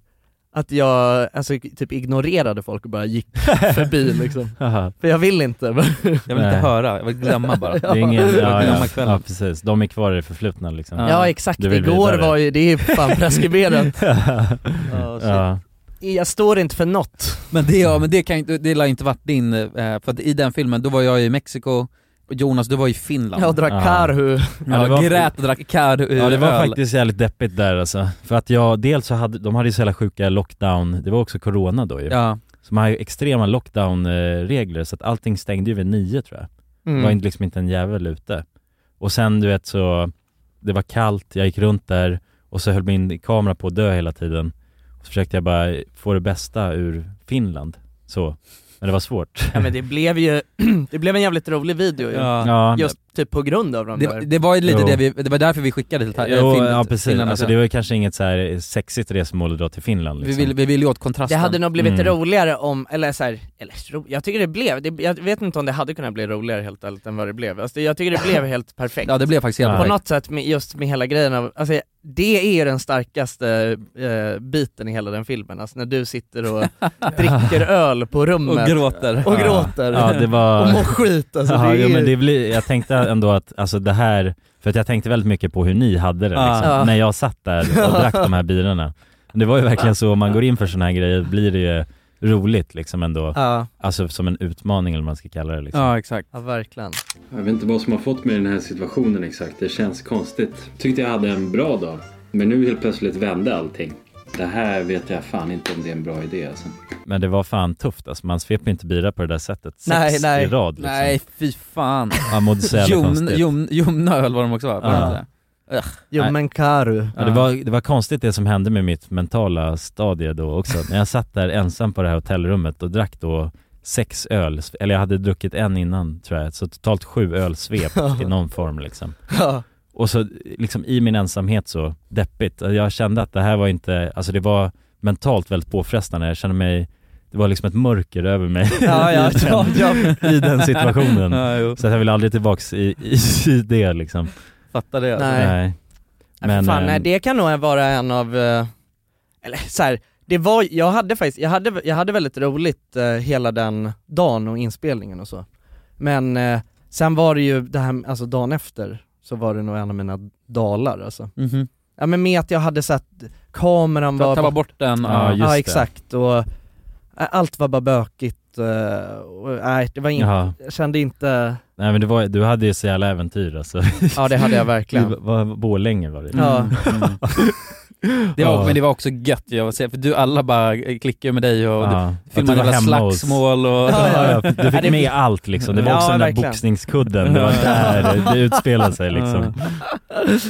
att jag alltså, typ ignorerade folk och bara gick förbi liksom. Haha. För jag vill inte. Jag vill inte Nej. höra, jag vill glömma bara. Det är ingen, ja, glömma ja. kvällen. ja precis, de är kvar i det förflutna liksom. Ja. ja exakt, Du vill igår vidare. var ju, det är ju fan preskriberat. Ja, shit. ja. Jag står inte för något. Men det, ja, men det, kan, ju inte- det lär ju inte varit din, eh, för att i den filmen, då var jag i Mexiko, och Jonas du var i Finland. Jag drar Ja. karhu. Ja, det var- grät och drack kar ur Ja det var öl. faktiskt jävligt deppigt där alltså. För att jag, dels så hade, de hade ju så jävla sjuka lockdown, det var också corona då ju. Ja, Så man har ju extrema lockdown-regler så att allting stängde ju vid nio tror jag. Mm. Det var inte- liksom inte en jävel ute. Och sen du vet så, det var kallt, jag gick runt där och så höll min kamera på att dö hela tiden. Och så försökte jag bara få det bästa ur Finland. Så. Men det var svårt. Ja, men det blev ju, det blev en jävligt rolig video ju. ja. Ja, Just typ på grund av de Det, där. det var ju lite Jo. det vi, det var därför vi skickade till Thailand. Jo, ja precis, alltså, det var ju kanske inget så här sexigt resmål att dra till Finland liksom. vi, vill, vi vill ju åt kontrasten. Det hade nog blivit Mm. roligare om, eller så här, eller ro, jag tycker det blev, det, jag vet inte om det hade kunnat bli roligare helt ärligt än vad det blev. Alltså, jag tycker det blev helt perfekt. Ja det blev faktiskt helt Ja. på perfekt. något sätt med, just med hela grejen av, alltså, det är ju den starkaste eh, biten i hela den filmen, alltså när du sitter och dricker öl på rummet Och gråter. och gråter. Ja, det var... och mår skit alltså. ja, det är jo, ju- men det blir, jag tänkte ändå att alltså det här, för att jag tänkte väldigt mycket på hur ni hade det Ja. liksom, Ja. när jag satt där och drack de här birarna. Det var ju verkligen så, om man går in för sådana här grejer blir det ju roligt liksom ändå, ja, alltså som en utmaning eller vad man ska kalla det liksom. Ja exakt. ja, verkligen. Jag vet inte vad som har fått mig i den här situationen exakt. Det känns konstigt. Tyckte jag hade en bra dag. Men nu helt plötsligt vände allting. Det här vet jag fan inte om det är en bra idé alltså. Men det var fan tufft alltså, man sveper inte bira på det där sättet. Sex Nej, nej. i rad liksom. Nej fy fan. Man mådde så jävla Jom, konstigt. jom, jomnöl var de också va? Var Ja. det inte? Jo Nej. men Karu. Ja, det, var, det var konstigt det som hände med mitt mentala stadie då också. När jag satt där ensam på det här hotellrummet och drack då sex öl, eller jag hade druckit en innan tror jag, så totalt sju ölsvep i någon form liksom. Ja. Och så liksom i min ensamhet så deppigt, jag kände att det här var inte, alltså det var mentalt väldigt påfrestande, jag kände mig, det var liksom ett mörker över mig Ja, ja, i, den, ja, ja. i den situationen. Ja, jo. Så att jag vill aldrig tillbaks i, i, i det liksom. Fattar det. Nej. Men, Men, fan, nej, ehm, det kan nog vara en av, eh, eller så här, det var, jag hade faktiskt, jag hade, jag hade väldigt roligt eh, hela den dagen och inspelningen och så. Men eh, sen var det ju det här, alltså dagen efter, så var det nog en av mina dalar alltså. Mhm. Ja men med att jag hade sett, kameran Ta- var Tappa bort den. Ja, Ja, just ja det. exakt och eh, allt var bara bökigt, eh, och, nej det var inte, Jaha. jag kände inte, Nej men det var, du hade ju så jävla äventyr alltså. ja det hade jag Du, verkligen. vad, Borlänge var det? Ja. Mm. Det var, men det var också gött ju att se, för du alla bara klickar med dig och du Ja. filmar Att du jävla var hemma hos- slagsmål och... Ja, ja, Du Ja, det- fick med allt liksom, det var Ja, också den där verkligen. boxningskudden, det var där det utspelade sig liksom.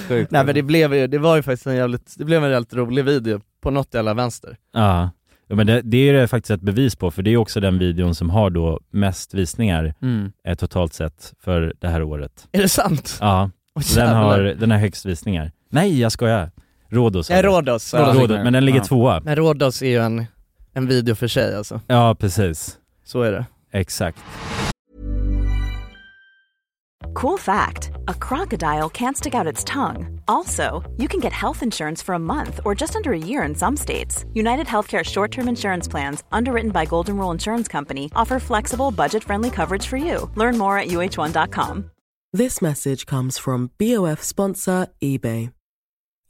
Sjukt. Nej men det blev ju, det var ju faktiskt en jävligt, det blev en jävligt rolig video på något jävla vänster. Ja. ja men det, det är det faktiskt ett bevis på, för det är också den videon som har då mest visningar Mm. eh, totalt sett för det här året. Är det sant? Ja, Oh, så den har, den har högst visningar. Nej jag skojar! Rhodos har Ja, det. Eh, Rhodos. Rhodos. Ja. Rhodos, men den ligger Ja. tvåa. Men Rhodos är ju en, en video för sig alltså, Ja precis, så är det. exakt. Cool fact a crocodile can't stick out its tongue. Also, you can get health insurance for a month or just under a year in some states. United Healthcare short term insurance plans, underwritten by Golden Rule Insurance Company, offer flexible, budget friendly coverage for you. Learn more at uh1.com. This message comes from BOF sponsor eBay.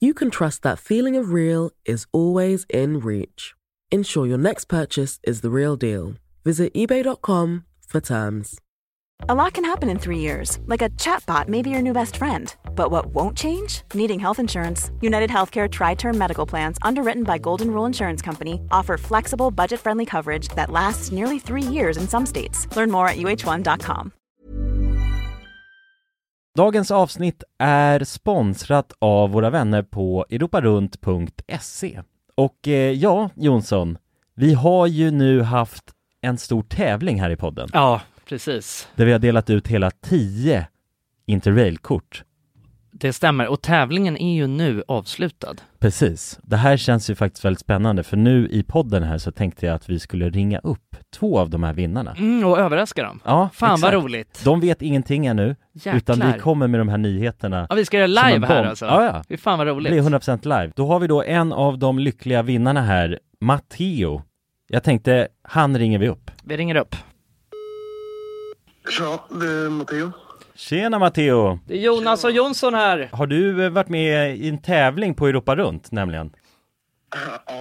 you can trust that feeling of real is always in reach. Ensure your next purchase is the real deal. Visit eBay.com for terms. A lot can happen in three years, like a chatbot may be your new best friend. But what won't change? Needing health insurance. United Healthcare Tri Term Medical Plans, underwritten by Golden Rule Insurance Company, offer flexible, budget friendly coverage that lasts nearly three years in some states. Learn more at uh1.com. Dagens avsnitt är sponsrat av våra vänner på europarunt.se. Och eh, ja, Jonsson, vi har ju nu haft en stor tävling här i podden Ja, precis. där vi har delat ut hela 10 interrailkort. Det stämmer. Och tävlingen är ju nu avslutad. Precis. Det här känns ju faktiskt väldigt spännande för nu i podden här så tänkte jag att vi skulle ringa upp två av de här vinnarna. Mm, och överraska dem. Ja, Fan vad exakt. roligt. De vet ingenting ännu, Jäklar. utan vi kommer med de här nyheterna Ja, vi ska göra som en live här bomb. alltså. Ja, ja. Fy fan vad roligt. Det blir 100% live. Då har vi då en av de lyckliga vinnarna här, Matteo. Jag tänkte, han ringer vi upp. Vi ringer upp. Ja, det är Matteo. Tjena Matteo! Det är Jonas och Jonsson här. Har du eh, varit med i en tävling på Europa runt nämligen? Ja.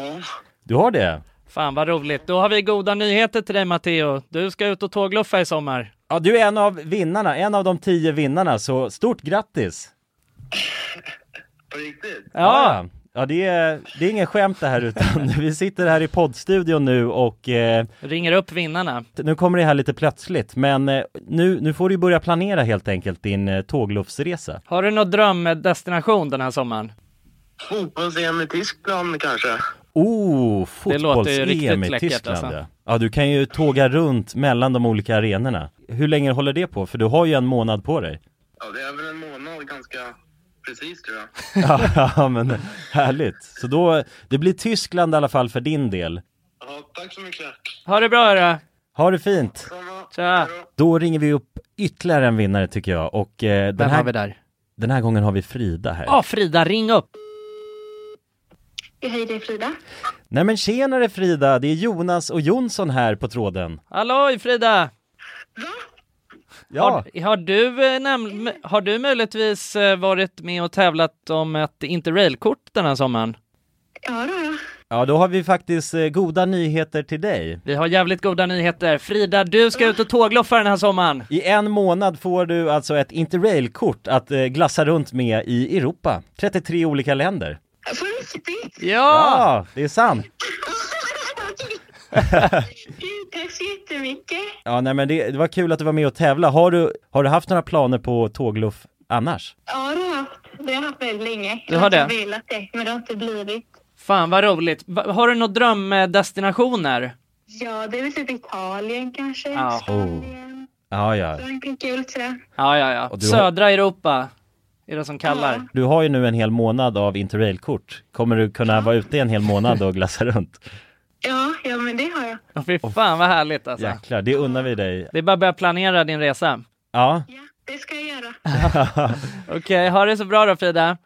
Du har det? Fan vad roligt. Då har vi goda nyheter till dig Matteo. Du ska ut och tågluffa i sommar. Ja, du är en av vinnarna, en av de tio vinnarna, så stort grattis! På riktigt? Ja! Ja, det är, det är ingen skämt det här utan vi sitter här i poddstudion nu och eh, Ringer upp vinnarna. nu kommer det här lite plötsligt men eh, nu, nu får du börja planera helt enkelt din eh, tågluffsresa. Har du någon drömdestination den här sommaren? Fotbolls-EM i Tyskland kanske? Oh, Det låter ju fotbolls-EM riktigt i läckert, Tyskland alltså. ja. ja, du kan ju tåga runt mellan de olika arenorna. Hur länge håller det på? För du har ju en månad på dig. Ja, det är väl en månad ganska precis tror jag. ja, men härligt. Så då, det blir Tyskland i alla fall för din del. Ja, tack så mycket. Ha det bra hörru. Ha det fint! Samma. Tja. Då ringer vi upp ytterligare en vinnare tycker jag och eh, den, Vem har vi här, där? den här gången har vi Frida här. Ja, Frida, ring upp. Hej, det är Frida. Nej men tjenare Frida, det är Jonas och Jonsson här på tråden. Halloj Frida! Ja, Har, har, du, eh, näm- m- har du möjligtvis eh, varit med och tävlat om ett interrailkort den här sommaren? Ja, då, ja. ja då har vi faktiskt eh, goda nyheter till dig. Vi har jävligt goda nyheter. Frida, du ska ut och tågloffa den här sommaren. I en månad får du alltså ett interrailkort att eh, glassa runt med i Europa. 33 olika länder. På riktigt? Ja, det är sant. Gud, Tack så jättemycket. Ja, nej men det, det var kul att du var med och tävla. Har du, har du haft några planer på tågluff annars? Ja, det har jag haft. Det har jag haft väldigt länge. Du har Jag det? velat det, men det har inte blivit. Fan vad roligt. Va- Har du några drömdestinationer? Ja, det är väl typ Italien kanske. Ja. Oh. Ja, ja. Frankrike och sådär. Ja, ja, ja. Och du har- Södra Europa är det som kallar. Du har ju nu en hel månad av interrailkort. Kommer du kunna vara ute i en hel månad och glassa runt? Ja, ja, men det har jag. Åh, Fy fan vad härligt alltså. Jäklar, det unnar vi dig. Det är bara att börja planera din resa. Ja. Det ska jag göra. Okej, ha det så bra då Frida.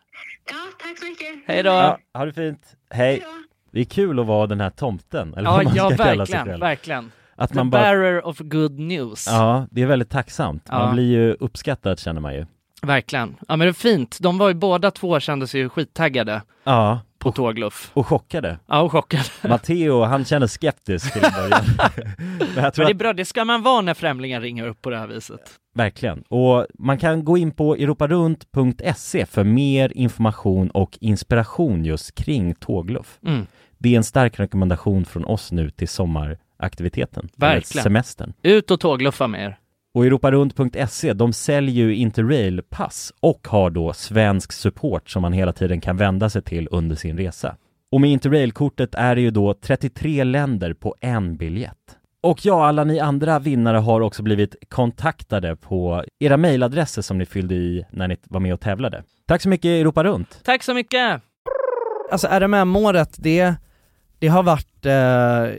Ja, tack så mycket. Hej då. ja, ha det fint. Hej. Det är kul att vara den här tomten, eller Ja, vad man ja ska kalla sig verkligen, själv. verkligen. Att The man bara- bearer of good news. Ja, det är väldigt tacksamt. Man Ja. blir ju uppskattad känner man ju. Verkligen. Ja men det är fint. De var ju båda två kändes ju skittaggade Ja. på tågluff. Och chockade. Ja, och chockade. Matteo, han känner skeptisk till en början. Men jag tror Men det är att, bra, det ska man vara när främlingar ringer upp på det här viset. verkligen. Och man kan gå in på europarunt.se för mer information och inspiration just kring tågluff. Mm. Det är en stark rekommendation från oss nu till sommaraktiviteten. eller Verkligen. Semestern. Ut och tågluffa med er. Och europarunt.se, E, de säljer ju Interrail-pass och har då svensk support som man hela tiden kan vända sig till under sin resa. Och med Interrail-kortet är det ju då 33 länder på en biljett. Och ja, alla ni andra vinnare har också blivit kontaktade på era mejladresser som ni fyllde i när ni var med och tävlade. Tack så mycket Europa Runt! Tack så mycket! Alltså RMM-året, det, det har varit, eh,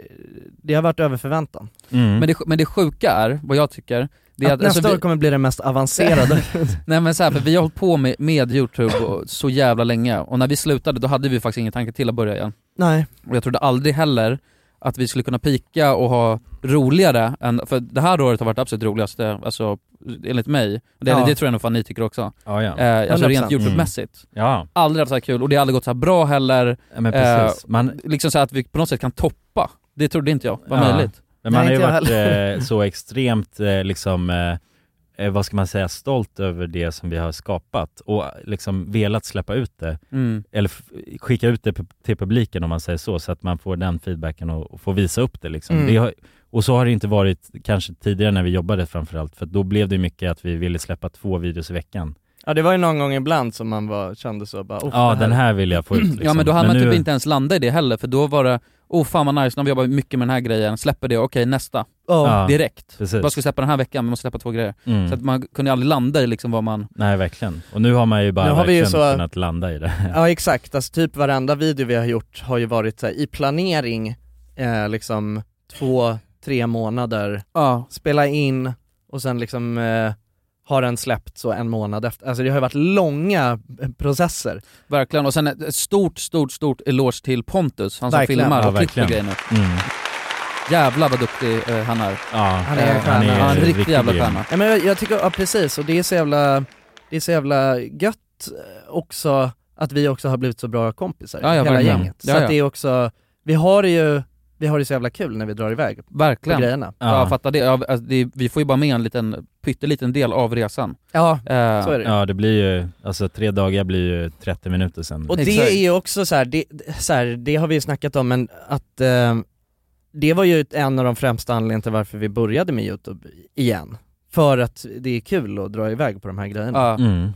det har varit över förväntan. Mm. Men, det, men det sjuka är, vad jag tycker, det är att att, nästa alltså, år kommer bli det mest avancerade. Nej men så här, för vi har hållit på med, med Youtube och- så jävla länge och när vi slutade då hade vi faktiskt ingen tanke till att börja igen. Nej. Och jag trodde aldrig heller att vi skulle kunna pika och ha roligare än, för det här året har varit det absolut roligaste, alltså enligt mig. Och Det, Ja. det tror jag nog fan ni tycker också. Ja, ja. Eh, alltså 100%. rent Youtube-mässigt. Ja. Aldrig haft så här kul och det har aldrig gått så här bra heller. Ja, men precis. Man... Liksom så här att vi på något sätt kan toppa. Det trodde inte jag var Ja. möjligt. Men man har ju varit eh, så extremt eh, liksom, eh, eh, vad ska man säga, stolt över det som vi har skapat och eh, liksom velat släppa ut det. Mm. Eller f- skicka ut det pu- till publiken om man säger så, så att man får den feedbacken och, och får visa upp det liksom. Mm. Det har, och så har det inte varit kanske tidigare när vi jobbade framförallt, för då blev det mycket att vi ville släppa två videos i veckan. Ja det var ju någon gång ibland som man var, kände så bara oh, ja, den här vill jag få ut liksom. Ja men då hann man nu- typ inte ens landa i det heller för då var det, oh fan vad nice, nu har vi jobbat mycket med den här grejen, släpper det, okej nästa. Ja, Direkt. precis. Vad ska vi släppa den här veckan? Vi måste släppa två grejer. Mm. Så att man kunde aldrig landa i liksom vad man... Nej verkligen. Och nu har man ju Nu bara har vi ju verkligen så- kunnat landa i det. Ja exakt, alltså typ varenda video vi har gjort har ju varit så här, i planering eh, liksom två, tre månader, spela in och sen liksom eh, har den släppt så en månad efter. Alltså det har ju varit långa eh, processer. Verkligen, och sen ett stort, stort, stort eloge till Pontus, han som Verkligen. filmar Ja, och klipper verkligen. grejer nu. Mm. Jävlar vad duktig eh, han är. Eh, Han är en stjärna. Han är en riktig jävla stjärna. Ja, men jag, jag tycker, ja precis, och det är så jävla, det är så jävla gött eh, också att vi också har blivit så bra kompisar, Ja, ja, hela verkligen. gänget. Så Ja, att ja. det är också, vi har det ju, vi har det så jävla kul när vi drar iväg Verkligen. på grejerna. Ja, jag fattar det. Ja, alltså, det. Vi får ju bara med en liten, pytteliten del av resan. Ja, Eh, så är det. Ja det blir ju, alltså tre dagar blir ju 30 minuter sen. Och det är ju också så här, det, så här, det har vi ju snackat om men att eh, det var ju ett- en av de främsta anledningarna till varför vi började med Youtube igen. För att det är kul att dra iväg på de här grejerna. Ja. Mm.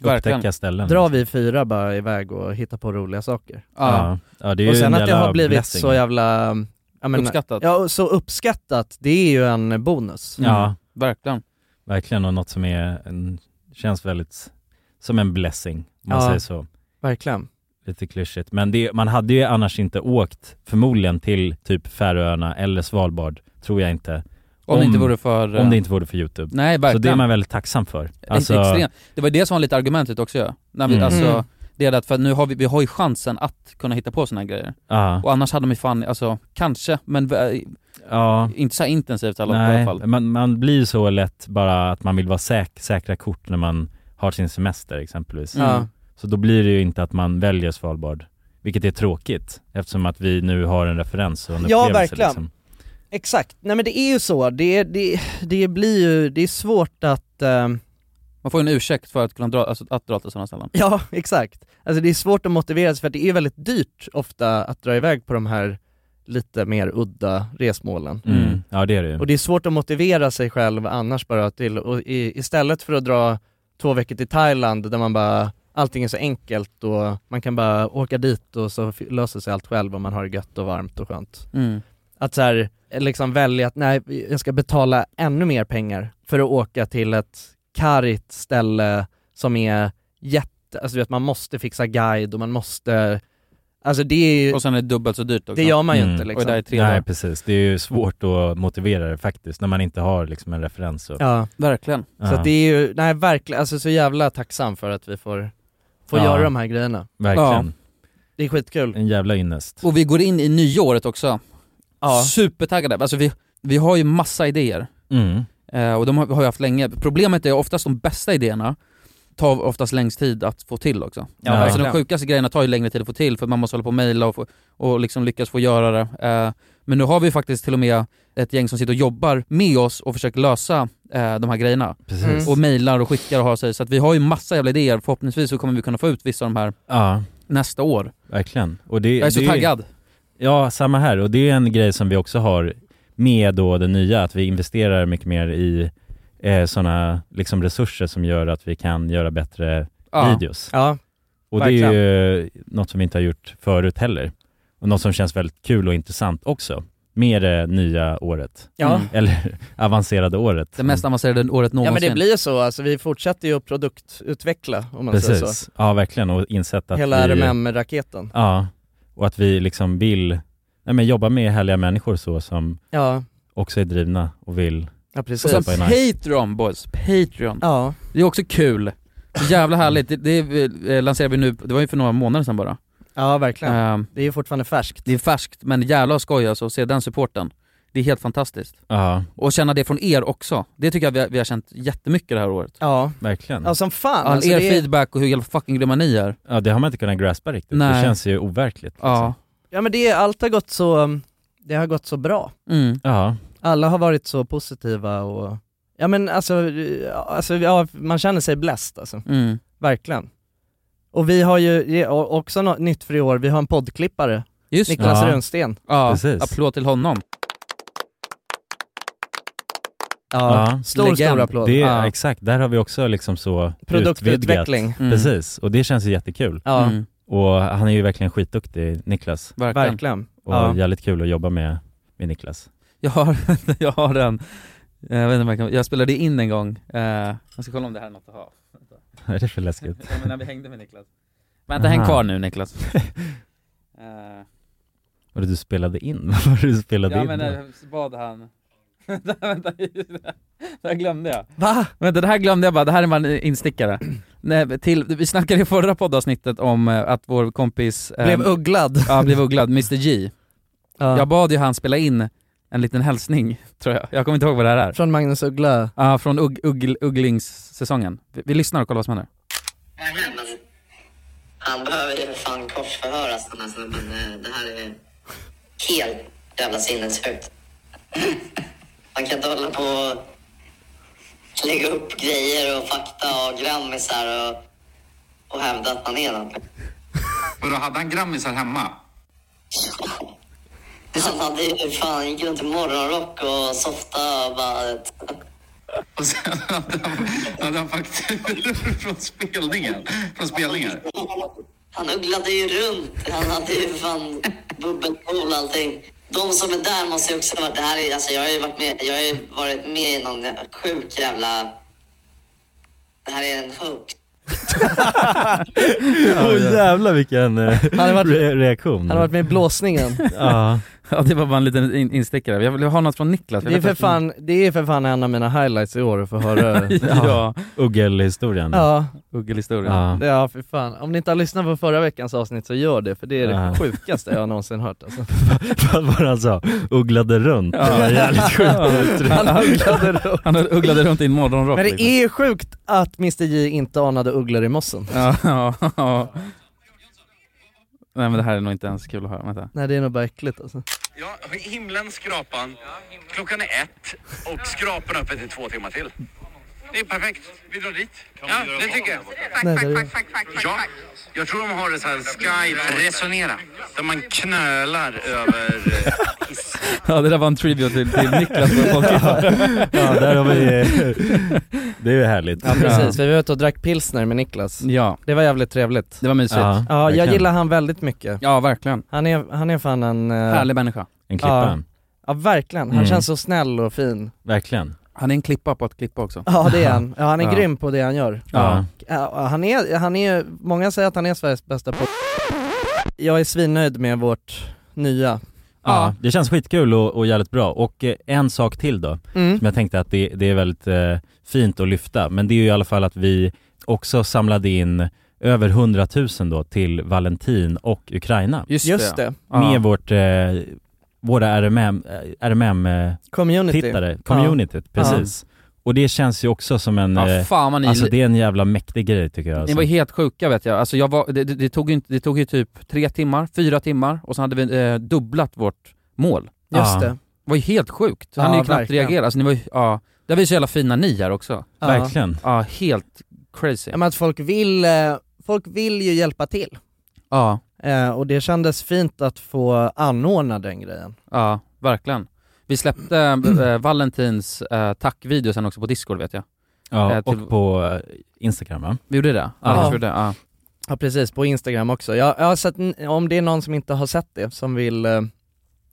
Verkligen. Upptäcka ställen. Drar vi fyra bara iväg och hittar på roliga saker. Ja. Ja, det är ju och sen en att det jävla har blivit blessing. så jävla... Jag menar- Uppskattat. Ja, och så uppskattat, det är ju en bonus. Ja. Verkligen. Verkligen och något som är, en, känns väldigt som en blessing om man Ja. säger så. Verkligen. Lite klyschigt. Men det, man hade ju annars inte åkt förmodligen till typ Färöarna eller Svalbard, tror jag inte. Om det inte vore för, eh, Om det inte vore för Youtube. Nej, Så det är verkligen. man väldigt tacksam för. Alltså, Extremt. Det var det som var lite argumentet också ju. När vi, Mm. alltså, Mm. Det är det att för att nu har vi, vi har ju chansen att kunna hitta på såna här grejer. Ja. Och annars hade man ju fan, alltså kanske, men v- Ja. inte så här intensivt i alla, i alla Nej, fall. man, man blir ju så lätt bara att man vill vara säk, säkra kort när man har sin semester exempelvis. Mm. Ja. Så då blir det ju inte att man väljer Svalbard, vilket är tråkigt eftersom att vi nu har en referens och en Ja, upplevelse verkligen. Liksom. Exakt, nej men det är ju så, det, det, det blir ju, det är svårt att ehm, Man får ju en ursäkt för att kunna dra, alltså, att dra till sådana ställen. Ja, exakt. Alltså det är svårt att motivera sig för att det är väldigt dyrt ofta att dra iväg på de här lite mer udda resmålen. Mm. Ja det är det ju. Och det är svårt att motivera sig själv annars bara till, och i, istället för att dra två veckor till Thailand där man bara, allting är så enkelt och man kan bara åka dit och så f- löser sig allt själv om man har det gött och varmt och skönt. Mm. Att så här, liksom välja att nej, jag ska betala ännu mer pengar för att åka till ett kargt ställe som är jätte, alltså du vet man måste fixa guide och man måste, alltså det är ju, Och sen är det dubbelt så dyrt också. det gör man ju Mm. inte liksom. Och det där är tre Nej dagar. precis, det är ju svårt att motivera det faktiskt när man inte har liksom en referens. Och, Ja. Verkligen. Så att det är ju, nej verkligen, alltså så jävla tacksam för att vi får, får Ja. göra de här grejerna. Verkligen. Det är skitkul. En jävla ynnest. Och vi går in i nyåret också. Ja. Supertaggade. Alltså vi, vi har ju massa idéer. Mm. Eh, och de har, har vi haft länge. Problemet är oftast de bästa idéerna tar oftast längst tid att få till också. Ja, alltså de verkligen. sjukaste grejerna tar ju längre tid att få till för man måste hålla på och mejla och, få, och liksom lyckas få göra det. Eh, men nu har vi faktiskt till och med ett gäng som sitter och jobbar med oss och försöker lösa eh, de här grejerna. Precis. Mm. Och mejlar och skickar och har sig. Så att vi har ju massa jävla idéer. Förhoppningsvis så kommer vi kunna få ut vissa av de här Ja, nästa år. verkligen. Och det, Jag är så det, taggad. Ja, samma här. Och det är en grej som vi också har med då det nya, att vi investerar mycket mer i eh, sådana liksom resurser som gör att vi kan göra bättre Ja. Mm. videos. Ja, Och det är ju något som vi inte har gjort förut heller. Och något som känns väldigt kul och intressant också, med det nya året. ja. Mm. Eller avancerade året. Det mest avancerade året ja någonsin. men det blir så, alltså vi fortsätter ju att produktutveckla om man säger så. Precis. Ja, verkligen. Och insett att Hela vi... RMM-raketen. Ja. Och att vi liksom vill nej, men jobba med härliga människor så som Ja, också är drivna och vill ja Och precis. sen Super nice. Patreon boys, Patreon. Ja, Det är också kul. Så Jävla härligt, det, det eh, lanserar vi nu, det var ju för några månader sedan bara. ja verkligen. Ehm, Det är ju fortfarande färskt. det är färskt men jävla skoj alltså att se den supporten. Det är helt fantastiskt. Ja, Och känna det från er också. Det tycker jag vi har, vi har känt jättemycket det här året. Ja, verkligen. ja som fan. All alltså, er det är- feedback och hur jävla fucking grymma ni är. Ja, det har man inte kunnat graspa riktigt. Nej. Det känns ju overkligt. liksom. Ja. Ja men det, är- allt har gått så, um, det har gått så bra. Mm. Ja, Alla har varit så positiva och, ja men alltså, eh, alltså ja, man känner sig blessed alltså. Mm. Verkligen. Och vi har ju det är o- också något nytt för i år, vi har en poddklippare, Just det. Niklas Ja. Runsten. Ja. Precis. Applåd till honom. Ja, Ja. stor, Legend. stor applåd. det, Ja. exakt. Där har vi också liksom så utvidgat. Produktutveckling. Mm. Precis, och det känns ju jättekul. Ja, Mm. Och han är ju verkligen skitduktig, Niklas. Verkligen. verkligen. Och Ja. jävligt kul att jobba med, med Niklas. Jag har, jag har en, eh, jag vet inte om jag kan, jag spelade in en gång, eh, jag ska kolla om det här är något att ha. Vad är det för läskigt? Ja, men när vi hängde med Niklas. Vänta, Aha. häng kvar nu Niklas. Eh, Var det du spelade in? Vad var det du spelade ja in? men eh, då? jag bad han... Vänta, vänta, det här glömde jag. Va? Vänta, det här glömde jag bara, det här är bara en instickare. Nej, till, vi snackade i förra poddavsnittet om eh, att vår kompis eh, Blev ugglad. ja, blev ugglad, Mr G. Ja. Jag bad ju han spela in en liten hälsning, tror jag. Jag kommer inte ihåg vad det här är. Från Magnus Uggla. Ja, från ugg, uggl, Ugglingssäsongen. Vi, vi lyssnar och kollar vad som händer. Han behöver ju för fan korsförhöras den här snubben. Eh, Det här är helt jävla sinnessjukt. Man kan inte hålla på och lägga upp grejer och fakta och grammisar och, och hävda att man är någon. Och då hade han grammisar hemma. Han hade ju för fan gick runt i morgonrock och softa och bara... Och sen hade han, hade han fakturor från spelningar. Från spelningar. Han ugglade ju runt. Han hade ju fan bubbelpool och allting. De som är där måste ju också ha varit... Det här är, alltså jag har ju varit med, jag har ju varit med i någon sjuk jävla... Det här är en hoax. Åh jävlar vilken eh, Han har varit- re- reaktion. Han har varit med i blåsningen. Ja, Ja det var bara en liten in- instickare, jag vill ha något från Niklas Jag Det är, vet för att- fan, det är för fan en av mina highlights i år att få höra Ja. Uggelhistorien. Ja. Uggelhistorien Ja. Ja för fan, om ni inte har lyssnat på förra veckans avsnitt så gör det för det är Ja. det sjukaste jag någonsin hört alltså. Vad var det han sa? Ugglade runt. Ja. Det var jävligt sjukt Ja. uttryck. Han ugglade runt. Han ugglade runt i en morgonrock Men det liksom. är ju sjukt att Mr J inte anade ugglor i mossen. Ja, ja, ja. Nej men det här är nog inte ens kul att höra, vänta Nej det är nog bara äckligt alltså. Ja, himlen skrapan. Klockan är ett och skrapan är öppet i två timmar till. Det är perfekt. Vi drar dit. Ja, det tycker jag. Nej, det är- Ja, jag tror de har det så här Skype resonera. Där man knölar över eh, hiss. Ja det där var en tribute till, till Niklas på Ja. Ja, där har vi, eh, det är ju härligt. Ja precis, vi var ute och drack pilsner med Niklas. Ja. Det var jävligt trevligt. Det var mysigt. Ja, Ja, jag verkligen. gillar han väldigt mycket. Ja verkligen. Han är, han är fan en... eh, Härlig människa. En klippa. Ja, ja verkligen, han Mm. känns så snäll och fin. Verkligen. Han är en klippa på att klippa också Ja det är han, ja, han är grym på det han gör. Ja. Ja, han är, han är, många säger att han är Sveriges bästa podd. Jag är svinnöjd med vårt nya. Ja, det känns skitkul och, och jävligt bra. Och eh, en sak till då, Mm. som jag tänkte att det, det är väldigt eh, fint att lyfta, men det är ju i alla fall att vi också samlade in över 100 000 då till Valentin och Ukraina. Just Just det. det. Med Ja. vårt, eh, våra RMM-tittare, RMM, eh, Community. tittare, communityt, Ja. precis. Och det känns ju också som en, Ja, eh, fan, vad ni- alltså det är en jävla mäktig grej tycker jag. Ni Alltså. var helt sjuka vet jag, alltså jag var, det, det, det, tog ju inte, det tog ju typ tre timmar, fyra timmar och sen hade vi eh, dubblat vårt mål Just det. Det var ju helt sjukt, han Ja, hade ju knappt verkligen. reagerat, alltså ni var ju, ja Det var ju så jävla fina ni här också Ja. Verkligen. Ja, helt crazy Ja, men att folk vill, eh, folk vill ju hjälpa till. Ja, Eh, och det kändes fint att få anordna den grejen. ja, verkligen Vi släppte eh, Valentins eh, tackvideo sen också på discord vet jag Ja, Eh, till- och på eh, Instagram va? Vi gjorde det? Ja. vi gjorde det, ja. Ja precis, på Instagram också. Jag, jag har sett, om det är någon som inte har sett det, som vill, eh,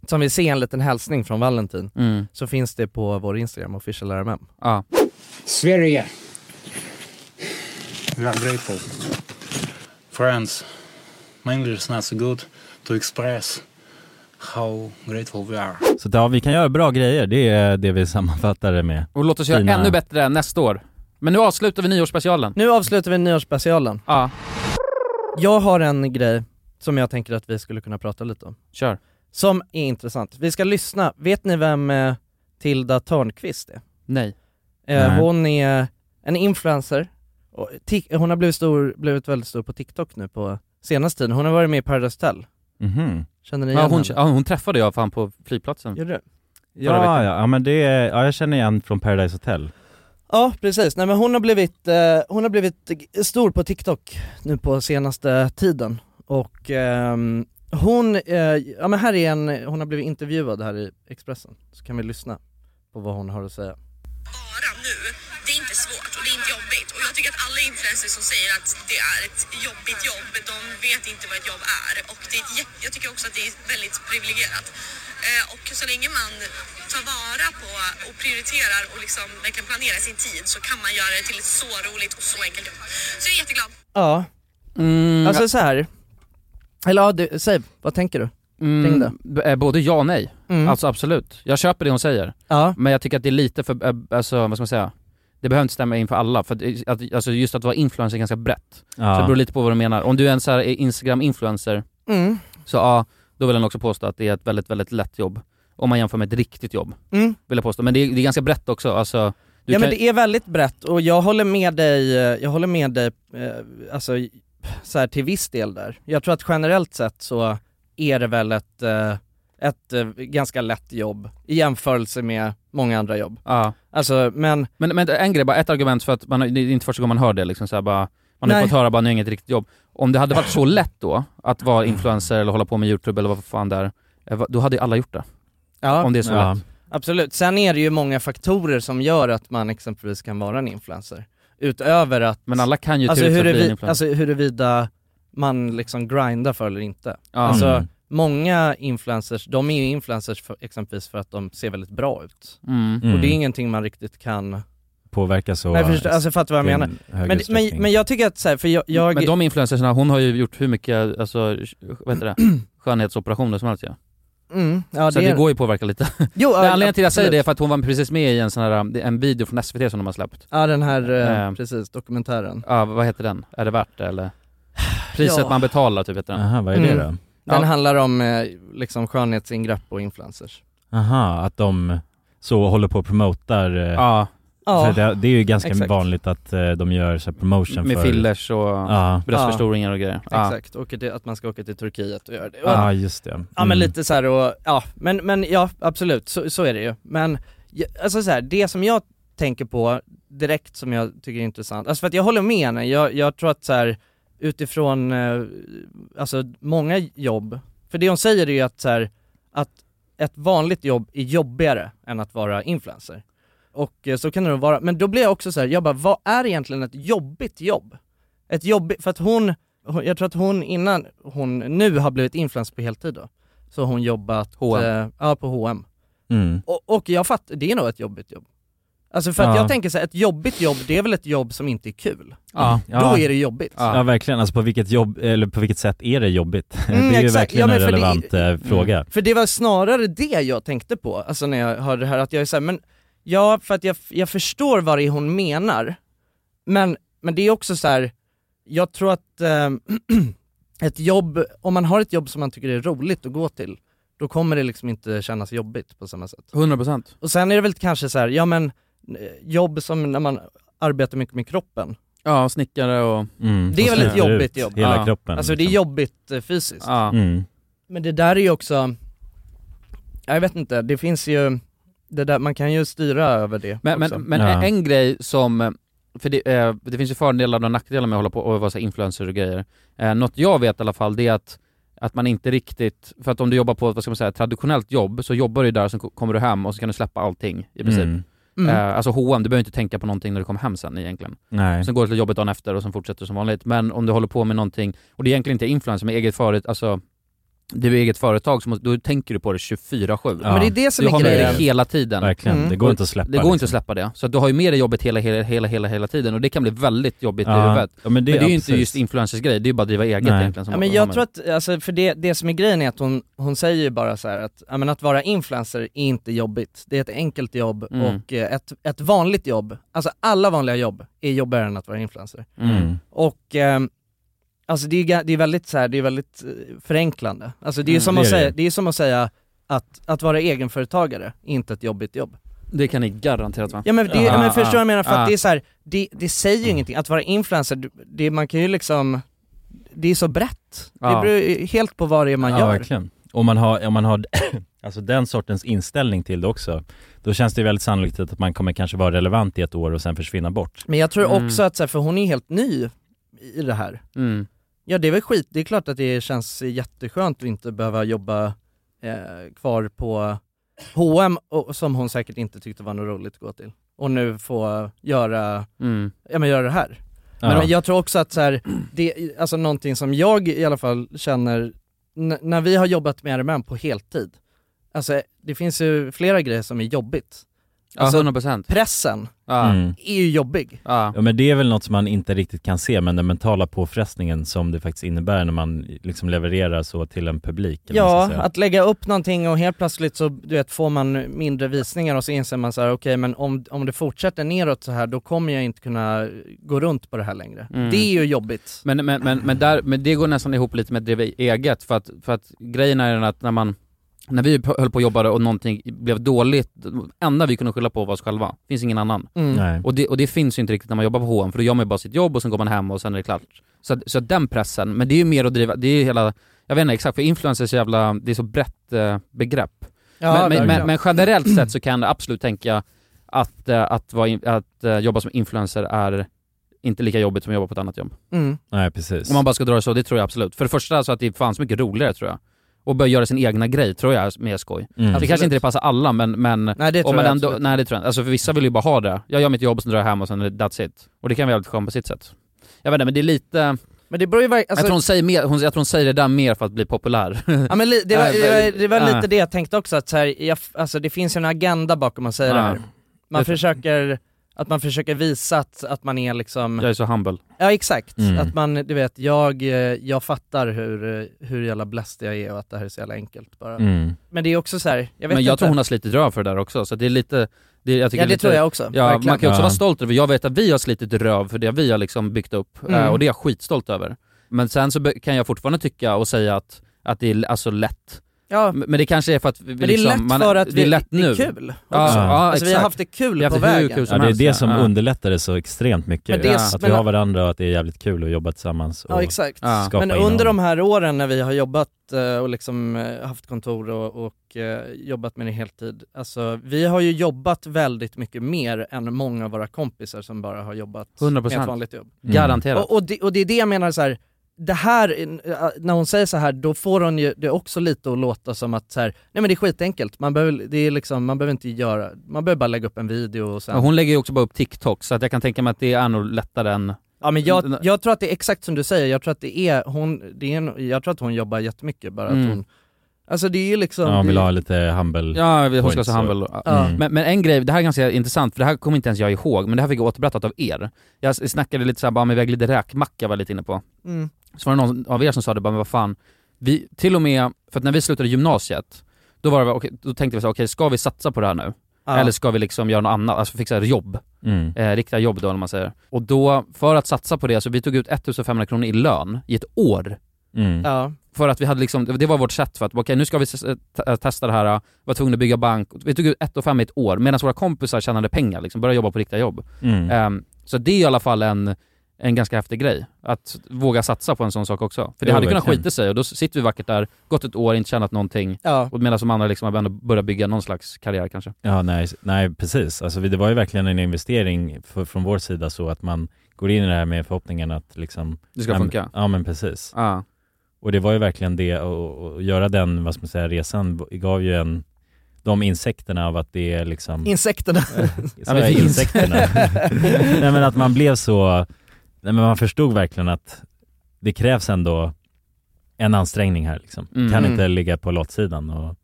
som vill se en liten hälsning från Valentin, Mm. så finns det på vår Instagram, official RMM. Ja. Sverige. We are grateful. Friends, my English is not so good to express how grateful we are. Så att, ja, vi kan göra bra grejer, det är det vi sammanfattar det med. Och låt oss göra Fina- ännu bättre nästa år Men nu avslutar vi nyårsspecialen Nu avslutar vi nyårsspecialen. Ja. Jag har en grej som jag tänker att vi skulle kunna prata lite om. Kör. Som är intressant. Vi ska lyssna. Vet ni vem eh, Tilda Törnqvist är? Nej. Eh, Nej. hon är en influencer. Och Tik- hon har blivit, stor, blivit väldigt stor på TikTok nu på senaste tiden. Hon har varit med i Paradise Hotel. Mhm. Känner ni igen Ja hon, henne? ja, hon träffade jag fan på flygplatsen Gjorde du? Förra Ja, veckan. ja, ja, men det är, ja, jag känner igen från Paradise Hotel. Ja precis, nej men hon har blivit, eh, hon har blivit g- stor på TikTok nu på senaste tiden och ehm, hon, eh, ja men här är en, hon har blivit intervjuad här i Expressen, så kan vi lyssna på vad hon har att säga. Det är inte svårt och det är inte jobbigt. Och jag tycker att alla influencers som säger att det är ett jobbigt jobb, de vet inte vad ett jobb är. Och det är ett, jä- jag tycker också att det är väldigt privilegierat. Eh, och så länge man tar vara på och prioriterar och liksom verkligen planerar sin tid så kan man göra det till ett så roligt och så enkelt jobb. Så jag är jätteglad. Ja, Mm, alltså så här. eller ja, du, säg, vad tänker du? Kring det? Mm, b- eh, både ja och nej. Mm. Alltså absolut. Jag köper det hon säger. Ja. Men jag tycker att det är lite för, eh, alltså vad ska man säga? Det behöver inte stämma in för alla, för att, att, alltså just att vara influencer är ganska brett. Ja. Så det beror lite på vad du menar. Om du är en så här eh, Instagram-influencer, Mm. så ja, då vill jag nog också påstå att det är ett väldigt, väldigt lätt jobb. Om man jämför med ett riktigt jobb, Mm. vill jag påstå. Men det är, det är ganska brett också, alltså. Du ja kan- men det är väldigt brett och jag håller med dig, eh, jag håller med dig eh, alltså, så här, till viss del där. Jag tror att generellt sett så är det väl ett, eh, ett eh, ganska lätt jobb i jämförelse med många andra jobb. Ja. Alltså, men... men... en grej, bara ett argument för att man, har- det är inte första gången man hör det liksom så här, bara, man har Nej. fått höra bara nu är inget riktigt jobb. Om det hade varit så lätt då, att vara influencer eller hålla på med YouTube eller vad fan där, då hade ju alla gjort det. Ja. Om det är så lätt. Absolut, sen är det ju många faktorer som gör att man exempelvis kan vara en influencer. Utöver att... Men alla kan ju alltså, till exempel bli huruvi- en influencer. alltså huruvida man liksom grindar för eller inte. Ja. Alltså, Mm. många influencers, de är ju influencers för, exempelvis för att de ser väldigt bra ut. Mm. Och det Mm. är ingenting man riktigt kan... Påverkas så... Nej, förstå, alltså fattar vad jag till menar. en Men, hög men, utsträckning. men jag tycker att så här, för jag... jag Men de influencersna, hon har ju gjort hur mycket, alltså, vad heter det, skönhetsoperationer som helst ju. Mm, ja, så det det, är- går ju att påverka lite. Jo, Men ja, anledningen till att jag säger det är absolut. för att hon var precis med i en sån här, um, en video från SVT som de har släppt. Ja den här, eh, Eh. precis, dokumentären. Ja, vad heter den? Är det värt det eller? Priset Ja. man betalar typ heter den. Aha, vad är det Mm. då? Den Ja. handlar om eh, liksom skönhetsingrepp och influencers. Aha, att de så håller på och promotar eh, Ja. För det, det är ju ganska Exakt. vanligt att eh, de gör så här promotion Med för... fillers och Ja. bröstförstoringar och grejer. Ja. Exakt, och det, att man ska åka till Turkiet och göra det. Och, Ja, just det. Mm. Ja men lite så här och, ja men, men ja absolut, så, så är det ju. Men ja, alltså så här, det som jag tänker på direkt som jag tycker är intressant, alltså för att jag håller med henne, jag, jag tror att så här utifrån, eh, alltså många jobb, för det hon säger är ju att så här, att ett vanligt jobb är jobbigare än att vara influencer. Och eh, så kan det nog vara, men då blir jag också så här, jag bara, vad är egentligen ett jobbigt jobb? Ett jobbigt, för att hon, hon- jag tror att hon innan hon nu har blivit influencer på heltid då, så har hon jobbat H&M. eh, ja, på H&M. Mm. Och, och jag fattar, det är nog ett jobbigt jobb. Alltså för att Ja. jag tänker så här, ett jobbigt jobb, det är väl ett jobb som inte är kul? Ja. Då är det jobbigt. Ja. verkligen, alltså på vilket, jobb, eller på vilket sätt är det jobbigt? Mm, det är ju exakt. verkligen Ja, en men för det- Mm. relevant eh, fråga. För det var snarare det jag tänkte på, alltså när jag hörde det här, att jag är såhär, men ja, för att jag, jag förstår vad det är hon menar, men, men det är också så här. jag tror att eh, ett jobb, om man har ett jobb som man tycker är roligt att gå till, då kommer det liksom inte kännas jobbigt på samma sätt. 100%. Och sen är det väl kanske så här, ja men eh, jobb som när man arbetar mycket med kroppen, Ja, snickare och... Mm, det är och väl ett snickare. jobbigt jobb. hela Ja. kroppen. liksom. Alltså det är jobbigt eh, fysiskt. liksom- Ja. Mm. Men det där är ju också, jag vet inte, det finns ju, det där, man kan ju styra över det Men, mm. också. men, men Ja. en grej som, för det, eh, det finns ju fördelar och nackdelar med att hålla på och vara så här influencer och grejer. Eh, något jag vet i alla fall det är att, att man inte riktigt, för att om du jobbar på ett vad ska man säga, traditionellt jobb så jobbar du där och så ko- kommer du hem och så kan du släppa allting i princip. Mm. Mm. Eh, alltså H&M, du behöver inte tänka på någonting när du kommer hem sen egentligen. Nej. Sen går du till jobbet dagen efter och sen fortsätter du som vanligt. Men om du håller på med någonting, och det är egentligen inte influencer men eget företag, alltså du är eget företag så måste, då tänker du på det 24-7. Ja. Men det är det som du är har med grejen. dig hela tiden. Verkligen, Mm. det går inte att släppa. liksom. Det går inte att släppa det. Så att du har ju med dig jobbet hela, hela, hela, hela, hela tiden och det kan bli väldigt jobbigt i Ja. huvudet. Ja, men det- är ju ja, inte precis. just influencers grej, det är ju bara att driva eget Nej. egentligen. Som, ja, men jag som- tror att, alltså, för det, det som är grejen är att hon, hon säger ju bara så här att, ja, men att vara influencer är inte jobbigt, det är ett enkelt jobb Mm. och eh, ett, ett vanligt jobb, alltså alla vanliga jobb är jobbigare än att vara influencer. Mm. Och ehm, alltså det är, ju ga- det är väldigt så här, det är väldigt eh, förenklande. Alltså det är ju Mm, som, det att är det. säga, det är som att säga att, att vara egenföretagare är inte ett jobbigt jobb. Det kan ni garanterat va? Ja men, det, Ah, men förstår vad jag menar? För ah. att det är så här, det, det säger ju ingenting. Att vara influencer, du- det, man kan ju liksom, det är så brett. Ja. Det beror ju helt på vad det är man ja, gör. verkligen. Om man har, om man har alltså den sortens inställning till det också, då känns det ju väldigt sannolikt att man kommer kanske vara relevant i ett år och sen försvinna bort. Men jag tror Mm. också att, så här, för hon är helt ny i det här. Mm. Ja det är väl skit, det är klart att det känns jätteskönt att inte behöva jobba eh, kvar på H&M och, som hon säkert inte tyckte var något roligt att gå till. Och nu få göra, Mm. ja men göra det här. Ja. Men jag tror också att så här, det, alltså någonting som jag i alla fall känner, n- när vi har jobbat med RMM på heltid, alltså det finns ju flera grejer som är jobbigt. Ja, Alltså 100%. pressen Ja. Mm. är ju jobbig. Ja. Ja men det är väl något som man inte riktigt kan se, men den mentala påfrestningen som det faktiskt innebär när man liksom levererar så till en publik. eller vad man Ja, ska säga. att lägga upp någonting och helt plötsligt så du vet, får man mindre visningar och så inser man så här: okej men om, om det fortsätter neråt så här då kommer jag inte kunna gå runt på det här längre. Mm. Det är ju jobbigt. Men, men, men, men, där, men det går nästan ihop lite med att driva eget, för att, för att grejen är den att när man när vi höll på och jobbade och någonting blev dåligt, det enda vi kunde skylla på var oss själva. Det finns ingen annan. Mm. Nej. Och det, och det finns ju inte riktigt när man jobbar på H&M för då gör man ju bara sitt jobb och sen går man hem och sen är det klart. Så, att- så att den pressen, men det är ju mer att driva, det är ju hela, jag vet inte exakt för influencers är så jävla, det är så brett eh, begrepp. Ja, men, men, men, verkligen. men generellt sett så kan jag absolut tänka att, eh, att, vara, in- att eh, jobba som influencer är inte lika jobbigt som att jobba på ett annat jobb. Mm. Nej precis. Om man bara ska dra det så, det tror jag absolut. För det första så att det är fan så mycket roligare tror jag. Och börja göra sin egna grej tror jag är mer skoj. Alltså, Mm. Det Absolut. kanske inte det passar alla men, men Nej det tror om man jag ändå, absolut. nej det tror jag inte. Alltså för vissa vill ju bara ha det. Jag gör mitt jobb och sen drar jag hem och sen är det- that's it. Och det kan vara jävligt skönt på sitt sätt. Jag vet inte men det är lite, Men det beror ju verkligen, jag, tror alltså, hon säger mer, hon, jag tror hon säger det där mer för att bli populär. ja, men li, det, var, Äh, det var, det var äh. lite det jag tänkte också att så här, jag, alltså det finns ju en agenda bakom att säga Ja. det här. Man Det- försöker Att man försöker visa att, att man är liksom... Jag är så humble. Ja exakt, Mm. att man, du vet, jag, eh, jag fattar hur, eh, hur jävla bläst jag är och att det här är så jävla enkelt bara. Mm. Men det är också så här, jag vet men jag inte. tror hon har slitit röv för det där också, så det är lite... Det, jag tycker Ja, det lite, tror jag också, Ja, verkligen. man kan också Ja. vara stolt över, jag vet att vi har slitit röv för det vi har liksom byggt upp, eh, Mm. och det är jag skitstolt över. Men sen så be- kan jag fortfarande tycka och säga att, att det är alltså lätt. Ja. M- Men det kanske är liksom- för att vi Men det är lätt för att vi- det är kul också. Alltså, vi har exakt. haft det kul Vi har på haft hur vägen. kul som Ja, det är helst, det ja. som Ja. underlättar det så extremt mycket. Men det är s- att vi men- har varandra och att det är jävligt kul att jobba tillsammans och Ja exakt, skapa men innehåll. under de här åren när vi har jobbat eh, och liksom eh, haft kontor och, och eh, jobbat med det heltid, alltså vi har ju jobbat väldigt mycket mer än många av våra kompisar som bara har jobbat 100%. med ett vanligt jobb. Mm. Garanterat. Och, och, det, och det är det jag menar så här. Det här, eh, när hon säger så här, då får hon ju det också lite att låta som att så här, nej men det är skitenkelt, man behöver, det är liksom, man behöver inte göra, man behöver bara lägga upp en video och sen... Ja, hon lägger ju också bara upp TikTok, så att jag kan tänka mig att det är nog lättare än... Ja men jag, jag tror att det är exakt som du säger, jag tror att det är, hon, det är en, jag tror att hon jobbar jättemycket bara Mm. att hon, alltså det är ju liksom... Ja, hon vill det- ha lite humble Ja, vi- hon ska points vara så humble. och- då. Ja. Men, men en grej, det här är ganska intressant, för det här kommer inte ens jag ihåg, men det här fick jag återberättat av er. Jag s- snackade lite såhär, bara "Ah, med väg lite räkmacka var jag lite inne på. Mm. Så var det någon av er som sa det, bara men vad fan, vi, till och med, för att när vi slutade gymnasiet, då, var det, väl, okej, då tänkte vi så här, okej ska vi satsa på det här nu? Ja. Eller ska vi liksom göra något annat, alltså fixa ett jobb? Mm. Eh, riktiga jobb då, om man säger. Och då, för att satsa på det, så vi tog ut 1500 kronor i lön i ett år. Mm. Ja. För att vi hade liksom, det var vårt sätt för att, okej nu ska vi s- eh, t- testa det här, var tvungna att bygga bank. Vi tog ut 1 5 i ett år, medan våra kompisar tjänade pengar liksom, började jobba på riktiga jobb. Mm. Ehm, så det är i alla fall en, en ganska häftig grej, att våga satsa på en sån sak också. För det Jo, hade kunnat verkligen. skita sig och då sitter vi vackert där, gått ett år, inte tjänat någonting. Ja. Och medan de andra liksom har ändå börjat bygga någon slags karriär kanske. Ja, nej, nej precis. Alltså, vi- det var ju verkligen en investering för, från vår sida så att man går in i det här med förhoppningen att liksom... Det ska ja, men- funka. Ja, men precis. Ja. Och det var ju verkligen det, och, och göra den, vad ska man säga, resan v- gav ju en, de insekterna av att det är liksom... Insekterna. Sa jag insekterna? nej men att man blev så, nej men man förstod verkligen att det krävs ändå en ansträngning här liksom. Mm. Kan Mm. inte ligga på låtsidan och,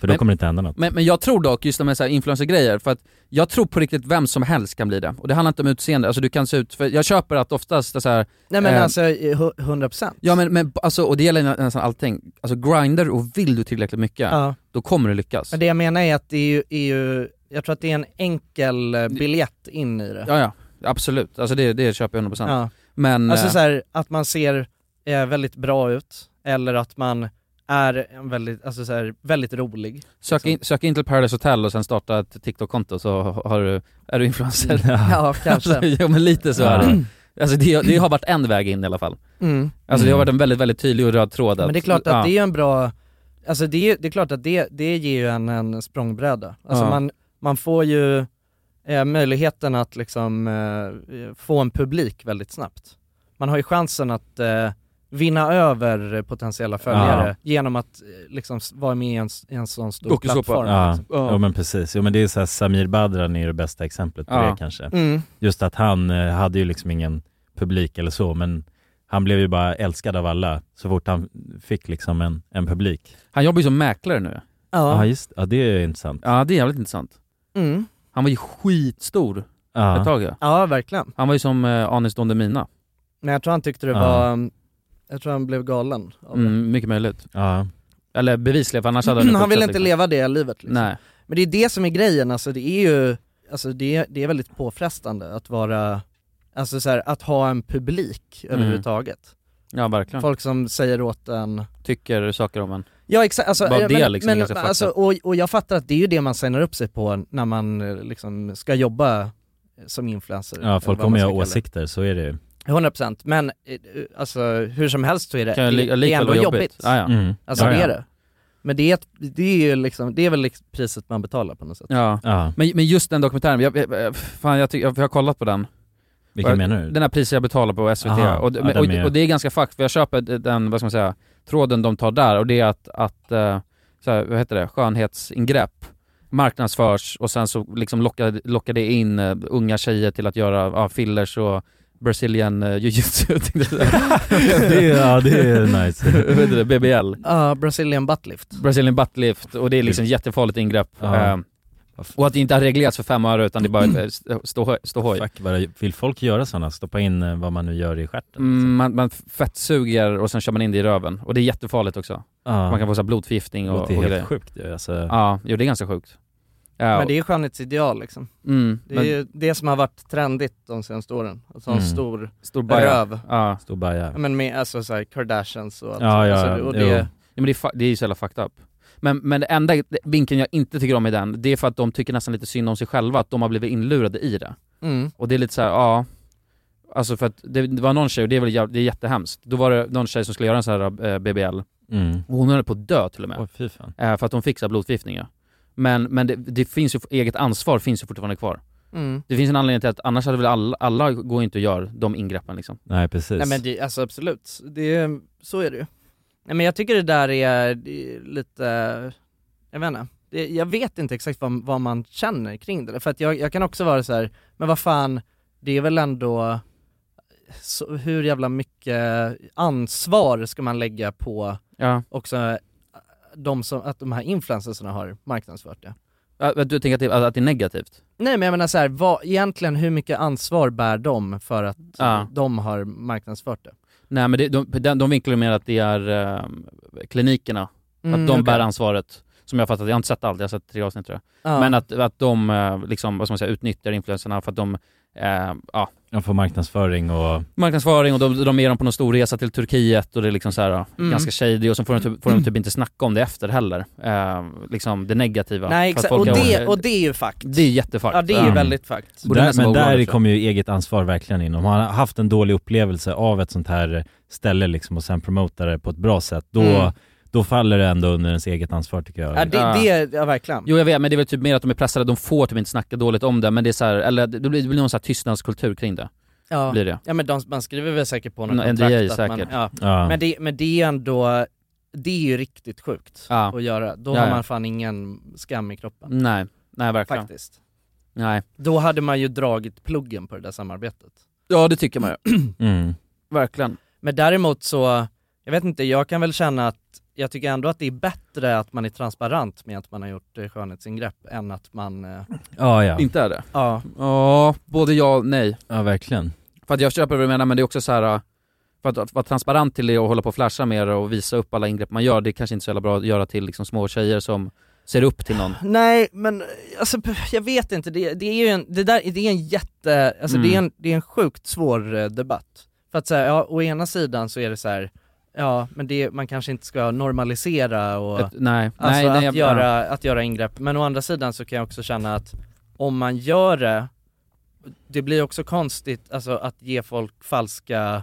för då Men- kommer det inte hända något. Men, men jag tror dock, just det med så här influencer-grejer, för att jag tror på riktigt vem som helst kan bli det. Och det handlar inte om utseende, alltså du kan se ut, för jag köper att oftast det är så här, Nej men eh, alltså, eh, hu- 100%. Ja men, men alltså, och det gäller nä- nästan allting. Alltså grinder och vill du tillräckligt mycket, Ja. då kommer du lyckas. Men det jag menar är att det är ju, är ju jag tror att det är en enkel eh, biljett in i det. Ja ja, absolut. Alltså det, det köper jag 100%. Ja. Men, Alltså eh, så här, att man ser eh, väldigt bra ut, eller att man är en väldigt, alltså så här, väldigt rolig. sök, in, sök in till Paradise Hotel och sen starta ett TikTok-konto så har du, är du influencer. Ja, kanske. Alltså, jo men lite så är det. Alltså det, det har varit en väg in i alla fall. Mm. Alltså det har varit en väldigt, väldigt tydlig och röd tråd. Men det är klart att ja. det är ju en bra, alltså det är, det är klart att det, det ger ju en en språngbräda. Alltså Ja. man, man får ju eh, möjligheten att liksom eh, få en publik väldigt snabbt. Man har ju chansen att eh, vinna över potentiella följare Ja. genom att eh, liksom s- vara med i en, s- i en sån stor Dokusåpa. plattform. Ja, liksom. ja. men precis. Jo, men det är så här, Samir Badran är ju det bästa exemplet på Ja. det kanske. Mm. Just att han eh, hade ju liksom ingen publik eller så, men han blev ju bara älskad av alla så fort han fick liksom en, en publik. Han jobbar ju som mäklare nu. Ja, Ja. just ja, det är ju intressant. Ja det är jävligt intressant. Mm. Han var ju skitstor Ja. ett tag ja. ja, verkligen. Han var ju som eh, Anis Don Demina. Men jag tror han tyckte det Ja. var, um, jag tror han blev galen av det. Mm, mycket möjligt. Ja. Eller bevisligen, för annars hade han Han fortsatt, vill inte liksom. leva det livet liksom. Nej. Men det är det som är grejen, alltså det är ju, alltså det, är- det är väldigt påfrestande att vara, alltså så här, att ha en publik Mm. överhuvudtaget. Ja verkligen. Folk som säger åt en Tycker saker om en. Ja exakt, alltså, Bara eh, det liksom är men, ganska fucked alltså, up. och, och jag fattar att det är ju det man signar upp sig på när man eh, liksom ska jobba som influencer. eller Ja, folk vad man kommer ju ha ska kalla det. åsikter, så är det ju. 100% men eh, alltså hur som helst så är det, Kan jag li- det, det är likväl ändå vara jobbigt. jobbigt. Ja, ja. Mm. Alltså Ja, det är ja. det. Men det är, ett, det är ju liksom, det är väl liksom priset man betalar på något sätt. Ja. Ja. Men, men just den dokumentären, jag, jag- jag, fan, jag, tycker- jag, jag har kollat på den. Vilken Och jag- menar du? Den här priset jag betalar på SVT. Aha, och, ja, men- den och, med- och det är ganska fakt för jag köper den, vad ska man säga, tråden de tar där och det är att, att eh, så här, vad heter det, skönhetsingrepp marknadsförs och sen så liksom lockar, lockar det in eh, unga tjejer till att göra ja, fillers och Brazilian uh, jiu-jitsu. tänkte jag säga. Det är- ja, det är nice. Vad heter det? BBL. Ja, Ah, Brazilian buttlift. Brazilian buttlift och det är liksom jättefarligt ingrepp. Ja. Eh, Och att det inte har reglerats för fem öre utan det är bara ett stå- stå- ståhoj. Fuck vad det- vill folk göra sådana? Stoppa in eh, vad man nu gör i stjärten? liksom. Mm, man, man fettsuger och sen kör man in det i röven. Och det är jättefarligt också. Ja. Man kan få så här blodförgiftning och, Låter och helt grejer. sjukt ju, alltså. Ja, jo det är ganska sjukt. Ja, Men det är ju skönhetsideal liksom. Mm, det är men- ju det som har varit trendigt de senaste åren. Alltså en Mm. stor, Stor baja. röv. Ja. Stor baja. Ja, Men med alltså så här Kardashians och allt. Ja, ja, alltså, och jo. det, Nej, men det, är fa- det är ju så jävla fucked up. Men, men det enda vinkeln jag inte tycker om i den, det är för att de tycker nästan lite synd om sig själva, att de har blivit inlurade i det. Mm. Och det är lite så här, ja... Alltså för att det, det var någon tjej, och det är väl jäv- det är jättehemskt, då var det någon tjej som skulle göra en sån här eh, BBL, Mm. och hon höll på att dö till Mm. och med. Åh, fy fan. Eh, för att hon fick så här blodförgiftningar. Men, men det, det finns ju, eget ansvar finns ju fortfarande kvar. Mm. Det finns en anledning till att annars hade väl alla, alla går ju inte och gör de ingreppen liksom. Nej precis. Nej men det, alltså absolut, det, så är det ju. Nej men jag tycker det där är det är lite, jag vet inte, det, jag vet inte exakt vad, vad man känner kring det, för att jag, jag kan också vara så här, men vad fan, det är väl ändå, så, hur jävla mycket ansvar ska man lägga på Ja. också eh, de som, att de här influencersarna har marknadsfört det? Att- att Du tänker att det, att det är negativt? Nej men jag menar så här, vad, egentligen hur mycket ansvar bär de för att Ja. de har marknadsfört det? Nej men det, de, de, de vinklar ju mer att det är ehm, klinikerna, Mm, att de okej. bär ansvaret. Som jag fattat jag har inte sett allt, jag har sett tre avsnitt tror jag. Ja. Men att, att de eh, liksom, vad ska man säga, utnyttjar influencerna för att de, eh, ja, De får marknadsföring och... marknadsföring och de, de är dem på någon stor resa till Turkiet och det är liksom så här, ja, Mm. ganska shady och så får de, typ, får de typ inte snacka om det efter heller. Eh, liksom det negativa. Nej För att exakt, och folk har- det, och det är ju fakt. det är jättefakt. Ja det är ju väldigt fakt. Borde Där, nästan men vara olagligt, där tror jag. kommer ju eget ansvar verkligen in. Om man har haft en dålig upplevelse av ett sånt här ställe liksom och sen promotar det på ett bra sätt, då, Mm. då faller det ändå under ens eget ansvar tycker jag. Ja det, det ja verkligen. Jo jag vet, men det är väl typ mer att de är pressade, de får typ inte snacka dåligt om det, men det är så här, eller det blir, det blir någon så här tystnadskultur kring det. Ja. Blir det. Ja men de, man skriver väl säkert på något Nå- kontrakt NDA att man, säkert. ja. Ja. Men, det, men det är ändå, det är ju riktigt sjukt Ja. att göra. Då Ja, har ja. man fan ingen skam i kroppen. Nej, nej verkligen. Faktiskt. Nej. Då hade man ju dragit pluggen på det där samarbetet. Ja det tycker man ju. Mm. Verkligen. Men däremot så, jag vet inte, jag kan väl känna att jag tycker ändå att det är bättre att man är transparent med att man har gjort eh, skönhetsingrepp än att man... eh, Ja, ja. Inte är det? Ja. Ja, både ja och nej. Ja Mm. verkligen. För att jag köper vad du menar, men det är också så här. äh, För att, att vara transparent till det och hålla på och flasha med det och visa upp alla ingrepp man gör, det är kanske inte så jävla bra att göra till liksom små tjejer som ser upp till någon. Nej men alltså, p- jag vet inte, det, det är ju en, det där, det är en jätte, alltså det, är en, det är en sjukt svår eh, debatt. För att säga, ja, å ena sidan så är det så här, ja men det, man kanske inte ska normalisera och Ett- nej, alltså nej, att, nej, jag- göra, att göra ingrepp, men å andra sidan så kan jag också känna att om man gör det, det blir också konstigt alltså att ge folk falska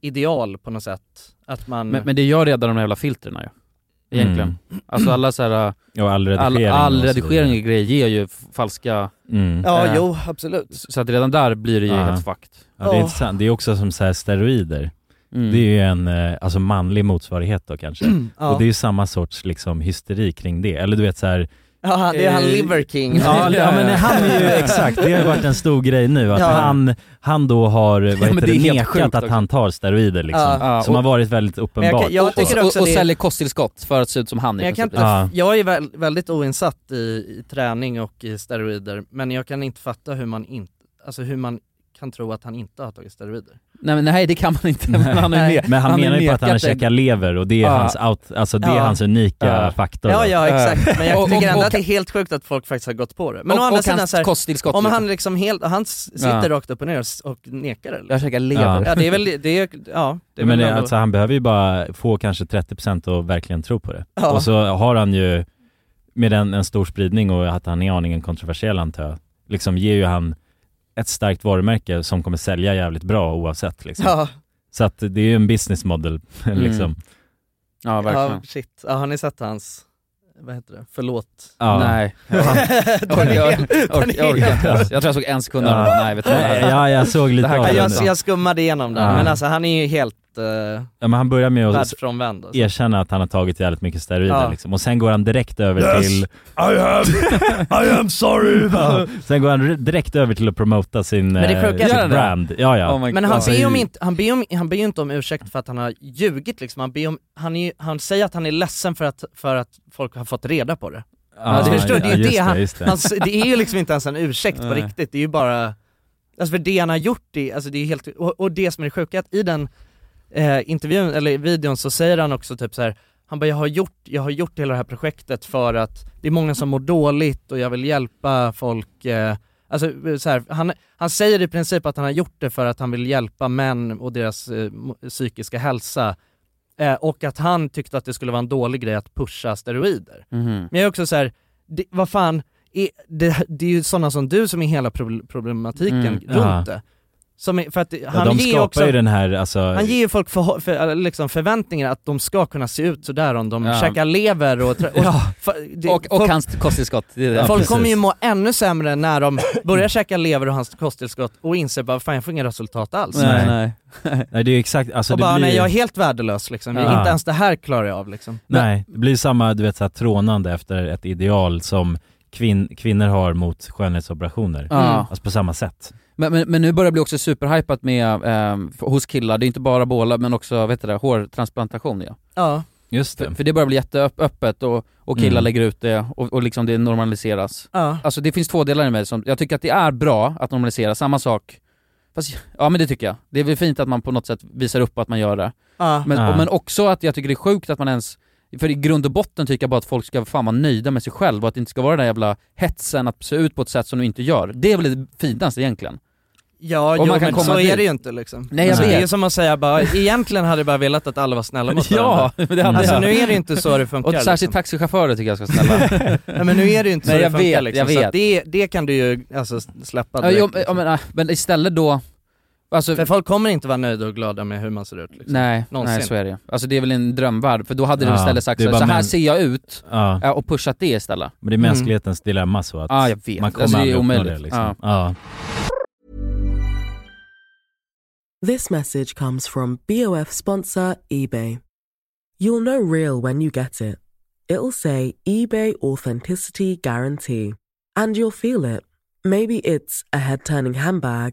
ideal på något sätt. Att man... Men, men det gör redan de där jävla filtren ju. Egentligen. Mm. Alltså alla så här, äh, Ja, all all, redigering och all så redigering vidare. och grejer ger ju f- falska... Mm. Ja, eh, jo, absolut. Så att redan där blir det ju Ja. helt fucked. Ja, det är intressant. Det är också som så här steroider. Mm. Det är ju en eh, alltså manlig motsvarighet då kanske. Mm. Ja. Och det är ju samma sorts liksom hysteri kring det. Eller du vet så här. Ja, det är han Eh, Liver King. Ja, ja men han är ju exakt, det har ju varit en stor grej nu att Ja. han, han då har, vad heter men det, det är helt nekat sjukt att också. han tar steroider liksom. Ja. Som Ja, har och- varit väldigt uppenbart. kan- jag så. tycker Och, också och det- säljer kosttillskott för att se ut som han i Men jag, kan princip. inte, jag är väl, väldigt oinsatt i, i träning och i steroider, men jag kan inte fatta hur man, inte, alltså hur man kan tro att han inte har tagit steroider. Nej men nej det kan man inte, men han är Nej. med. Men han, har menar ju på att nekat han det. käkar lever och det är Ja. hans out, alltså det är Ja. hans unika Ja. faktor. Ja, ja exakt, men jag Äh. Och- tycker och- ändå och- att det är helt sjukt att folk faktiskt har gått på det. Men Och- å andra och sidan hans så här, kosttillskott om liksom. han liksom helt, han s- sitter Ja. rakt upp och ner och s- och nekar det. liksom. Jag käkar lever. Ja. Ja det är väl, det är, ja. Det är men väl det, ändå- alltså, han behöver ju bara få kanske 30% och verkligen tro på det. Ja. Och så har han ju, med den, en stor spridning och att han är aningen kontroversiell antar jag, liksom ger ju han ett starkt varumärke som kommer sälja jävligt bra oavsett liksom. ja. Så att det är ju en business model liksom. Mm. Ja ja, verkligen. shit. Ja, har ni sett hans, vad heter det, förlåt? Ja. Nej. Den är- jag, den jag, orkar- jag är- orkar inte. ens. Jag tror jag såg en sekund av den. Nej vet du vad? Ja, jag såg Det här lite av kan Ja, det. jag, jag skummade igenom den, Ja. men alltså han är ju helt uh, Ja, men han börjar med att världsfrånvänd alltså. erkänna att han har tagit jävligt mycket steroider Ja. liksom. Och sen går han direkt över Yes, till... I am, I am sorry! Ja. Sen går han re- direkt över till att promota sin, Men det eh, sjuka är- sitt Gör han det? brand. Ja, ja. Oh my Men han God. ber, om inte, han, ber om, han ber ju inte om ursäkt för att han har ljugit liksom, han, ber om, han, är, ju- han säger att han är ledsen för att, för att folk har fått reda på det. alltså, Ja, förstår, du? det är ja, ju just det han, det, just det. Alltså, det är ju liksom inte ens en ursäkt på Nej. riktigt, det är ju bara, alltså för det han har gjort det, alltså det är helt, och, och det som är det sjuka är att i den eh, intervjun, eller i videon så säger han också typ så här. han bara jag har gjort, jag har gjort hela det här projektet för att det är många som mår dåligt och jag vill hjälpa folk, eh, alltså eh, så här, han, han säger i princip att han har gjort det för att han vill hjälpa män och deras eh, mo- psykiska hälsa eh, och att han tyckte att det skulle vara en dålig grej att pusha steroider. Mhm. Men jag är också så här, det, vad fan, är, det, det är ju sådana som du som är hela proble- problematiken Mm, runt ja. det. Som är, för att det- Ja, han de ger skapar också, ju den här, alltså, han ger ju folk för, för, liksom förväntningar att de ska kunna se ut sådär om de Ja. käkar lever och... tra- och, fa- det- Och, och folk- hans kosttillskott. det är det. Folk kommer ju må ännu sämre när de börjar käka lever och hans kosttillskott och inser bara fan jag får inga resultat alls. Nej, nej. nej det är ju exakt, alltså och det bara blir... nej jag är helt värdelös liksom, Ja. inte ens det här klarar jag av liksom. Nej, det blir samma, du vet så här, trånande efter ett ideal som kvin- kvinnor har mot skönhetsoperationer. Mm. Ja. Alltså på samma sätt. Men, men, men nu börjar det bli också superhypat med, ehm, f- hos killar, det är inte bara bålar men också, vad heter det, hårtransplantation ja. Ja. Just För, för det börjar bli jätteöppet och, och killar Mm. lägger ut det och, och liksom det normaliseras. Ja. Alltså det finns två delar i mig som, jag tycker att det är bra att normalisera samma sak, fast, ja men det tycker jag. Det är väl fint att man på något sätt visar upp att man gör det. Ja. Men, Ja. men också att jag tycker det är sjukt att man ens för i grund och botten tycker jag bara att folk ska fan vara nöjda med sig själv och att det inte ska vara den där jävla hetsen att se ut på ett sätt som du inte gör. Det är väl det finaste egentligen. Ja, Och jo, man kan men komma så dit. är det ju inte liksom. Nej, jag Alltså, Det är vet. ju som att säga bara, egentligen hade jag bara velat att alla var snälla mot Ja, varandra. men det hade Alltså jag. nu är det ju inte så det funkar. Och särskilt taxichaufförer tycker jag ska snälla. Nej men nu är det ju inte så Nej, det jag funkar vet, liksom. jag Så vet. att det, det kan du ju alltså, släppa Ja, direkt. liksom. jo, men- ja, men, äh, men istället då, alltså, För folk kommer inte vara nöjda och glada med hur man ser ut liksom. nej, Någonsin. nej så är det ju. Alltså det är väl en drömvärld, för då hade du Ja, istället sagt det är så, här, bara så här män- ser jag ut, Ja. äh, och pushat det istället. Men det är mänsklighetens dilemma så att Ja, Mm. jag vet. man kommer Alltså, det är aldrig uppnå omöjligt. det liksom. Ja. Ja. This message comes from BOF sponsor eBay. You'll know real when you get it. It'll say eBay Authenticity Guarantee. And you'll feel it. Maybe it's a head turning handbag,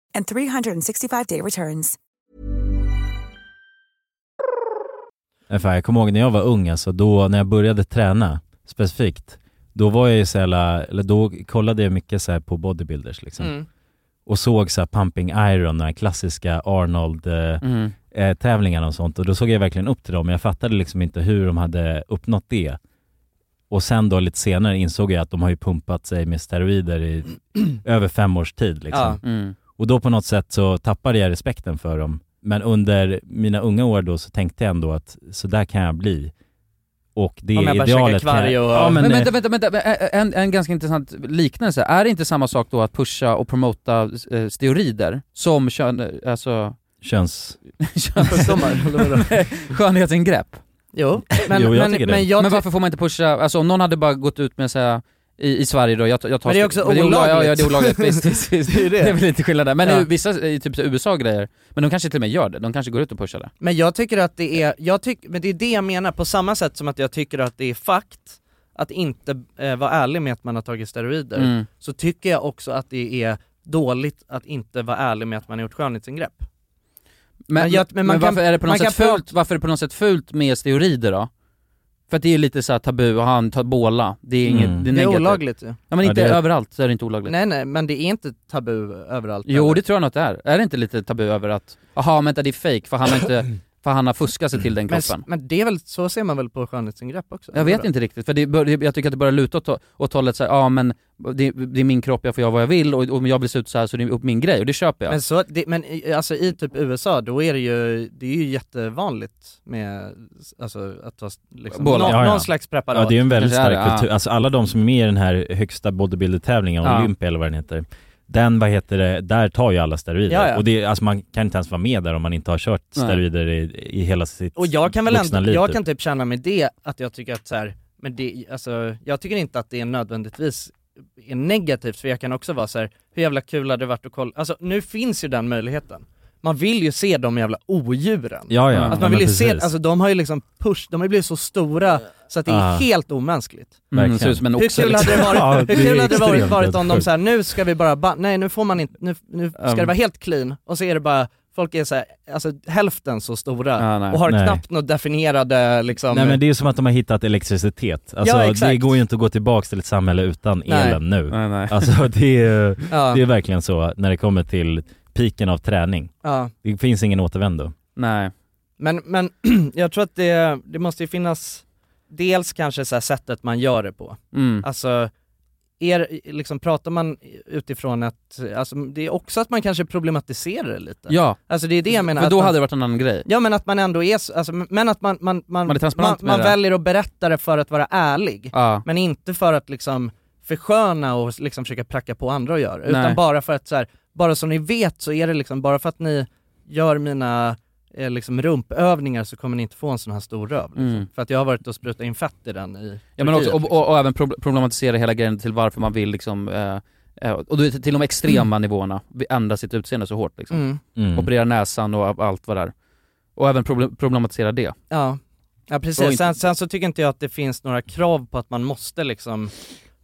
and 365-day returns. Nej, Fan, jag kommer ihåg när jag var ung alltså, då när jag började träna specifikt, då var jag ju så jävla, eller då kollade jag mycket så här på bodybuilders liksom. Mm. Och såg så här Pumping Iron, de här klassiska Arnold-tävlingarna Mm. eh, tävlingarna och sånt. Och då såg jag verkligen upp till dem, men jag fattade liksom inte hur de hade uppnått det. Och sen då lite senare insåg jag att de har ju pumpat sig med steroider i över fem års tid liksom. Ja. Mm. Och då på något sätt så tappade jag respekten för dem. Men under mina unga år då så tänkte jag ändå att så där kan jag bli. Och det Om jag bara idealet käkar kan kvarg jag... och- Ja, men, Men eh, vänta, vänta, vänta, vä- en, en ganska intressant liknelse. Är det inte samma sak då att pusha och promota eh, steroider som kön, alltså... Köns... Könssjukdomar, eller vadå? Skönhetsingrepp? Jo, men- Jo, jag men- tycker det. men jag varför får man inte pusha, alltså om någon hade bara gått ut med såhär i, I Sverige då, jag, tar- jag tar Men det är också ola- Ja, olagligt. ja det är olagligt, visst, visst, visst. Det är det. det är väl inte skillnad där. Men Ja. nu, vissa i typ så här USA grejer, men de kanske till och med gör det, de kanske går ut och pushar det. Men jag tycker att det är, jag tyck, men det är det jag menar, på samma sätt som att jag tycker att det är fakt att inte eh, vara ärlig med att man har tagit steroider, Mm. så tycker jag också att det är dåligt att inte vara ärlig med att man har gjort skönhetsingrepp. Men, Men men, jag- men man kan- varför, är det på något man sätt kan pra- fult, varför är det på något sätt fult med steroider då? För att det är lite så här tabu, och han tar båla, det är inget, Mm. det är, Det är negativt. olagligt ju. Ja men Ja, inte det är- överallt så är det inte olagligt. Nej nej, men det är inte tabu överallt. Jo det tror jag nog att det är. Är det inte lite tabu över att, jaha men vänta det är fake för han har inte För han har fuskat sig till den Men, kroppen. men det är väl, så ser man väl på skönhetsingrepp också? Jag vet inte riktigt, för det bör, jag tycker att det börjar luta åt, åt hållet såhär, ja men det, det är min kropp, jag får göra vad jag vill och om jag vill se ut så här så det är upp min grej och det köper jag. Men, så, det, men i- alltså i typ USA, då är det ju, det är ju jättevanligt med, alltså att ta s- liksom, nå, Ja, ja. någon slags preparat. Ja det är ju en väldigt Kanske är stark det, kultur, alltså alla de som är med i den här högsta bodybuilder-tävlingen, Ja. Olympia eller vad den heter den, vad heter det, där tar ju alla steroider. Ja, ja. Och det, är- alltså man kan inte ens vara med där om man inte har kört Nej. steroider i, i hela sitt Och jag kan väl vuxna ändå, liv, jag typ. kan typ känna med det att jag tycker att så här, men det, alltså, jag tycker inte att det är nödvändigtvis är negativt för jag kan också vara så här, hur jävla kul hade det varit att kolla, alltså nu finns ju den möjligheten. Man vill ju se de jävla odjuren. Ja, ja. Att Ja, man vill men ju se, precis. alltså de har ju liksom push, de har ju blivit så stora så att det är Ah. helt omänskligt. Mm, Verkligen. ser ut som en hur oxe, kul hade det liksom. varit, Ja, det hur kul är hade det varit, extremt, varit om de sjukt. så här, nu ska vi bara, ba- nej nu får man inte, nu, nu ska Um. det vara helt clean, och så är det bara, folk är så här, alltså hälften så stora Ja, nej. och har Nej. knappt något definierade liksom Nej men det är ju som att de har hittat elektricitet. Alltså Ja, det exakt. går ju inte att gå tillbaks till ett samhälle utan Nej. elen nu. Nej, nej. Alltså det är, Ja. det är verkligen så när det kommer till piken av träning. Ja. Det finns ingen återvändo. Nej. Men, men jag tror att det, det måste ju finnas dels kanske så här sättet man gör det på. Mm. Alltså, er, liksom, pratar man utifrån att, alltså, det är också att man kanske problematiserar det lite. Ja. Alltså det är det jag menar. För att då man, hade det varit en annan grej. Ja men att man ändå är, så- alltså, men att man, man, man, Man är man, transparent med man det. väljer att berätta det för att vara ärlig. Ja. Men inte för att liksom försköna och liksom försöka pracka på andra att göra. Nej. Utan bara för att så här, bara som ni vet så är det liksom, bara för att ni gör mina eh, liksom rumpövningar så kommer ni inte få en sån här stor röv. Liksom. Mm. För att jag har varit och sprutat in fett i den i Ja, men också, Turkiet, och, och, och även pro- problematisera hela grejen till varför man vill liksom, eh, eh, och då är det till de extrema nivåerna, vi ändra sitt utseende så hårt liksom. Mm. Mm. Operera näsan och allt vad det är. Och även problem- problematisera det. Ja, ja precis. Och inte- Sen, sen så tycker inte jag att det finns några krav på att man måste liksom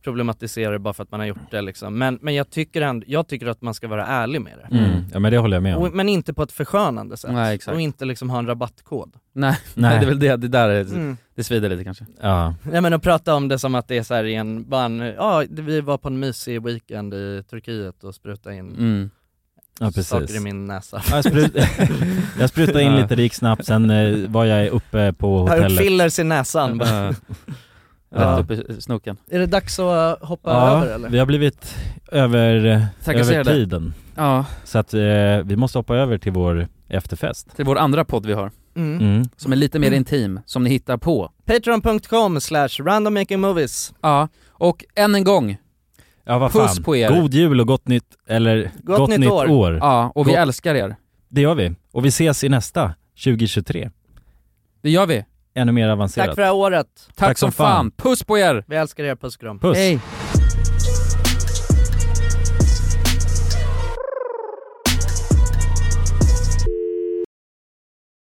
problematisera det bara för att man har gjort det liksom. Men, men jag, tycker ändå, jag tycker att man ska vara ärlig med det. Mm. Ja men det håller jag med om. Och, men inte på ett förskönande sätt. Nej, exakt. Och inte liksom ha en rabattkod. Nej, Nej. det är väl det, det där är, Mm. det svider lite kanske. Ja. Nej men att prata om det som att det är så här i en, bara en, ja det- vi var på en mysig weekend i Turkiet och sprutade in Mm. Ja, precis. saker i min näsa. Ja, jag, sprut... jag sprutade in Ja. lite, det gick snabbt, sen eh, var jag uppe på Jag har gjort hotellet. fillers i näsan. Ja. Ja. Eh, Rätt upp i snoken. Är det dags att hoppa Ja, över eller? vi har blivit över, över Trakasserade. tiden. Ja. Så att eh, vi måste hoppa över till vår efterfest. Till vår andra podd vi har. Mm. Mm. Som är lite mer intim, som ni hittar på. Patreon.com slash randommakingmovies. Ja, och än en gång. Ja, vad Puss fan. på er. God jul och gott nytt, eller Gott gott, nytt nytt, år. år. Ja, och vi Gott- älskar er. Det gör vi. Och vi ses i nästa, 2023. Det gör vi. Ännu mer avancerat. Tack för det här året. Tack, som fan. Puss på er! Vi älskar er, puss och kram. Puss. Hej.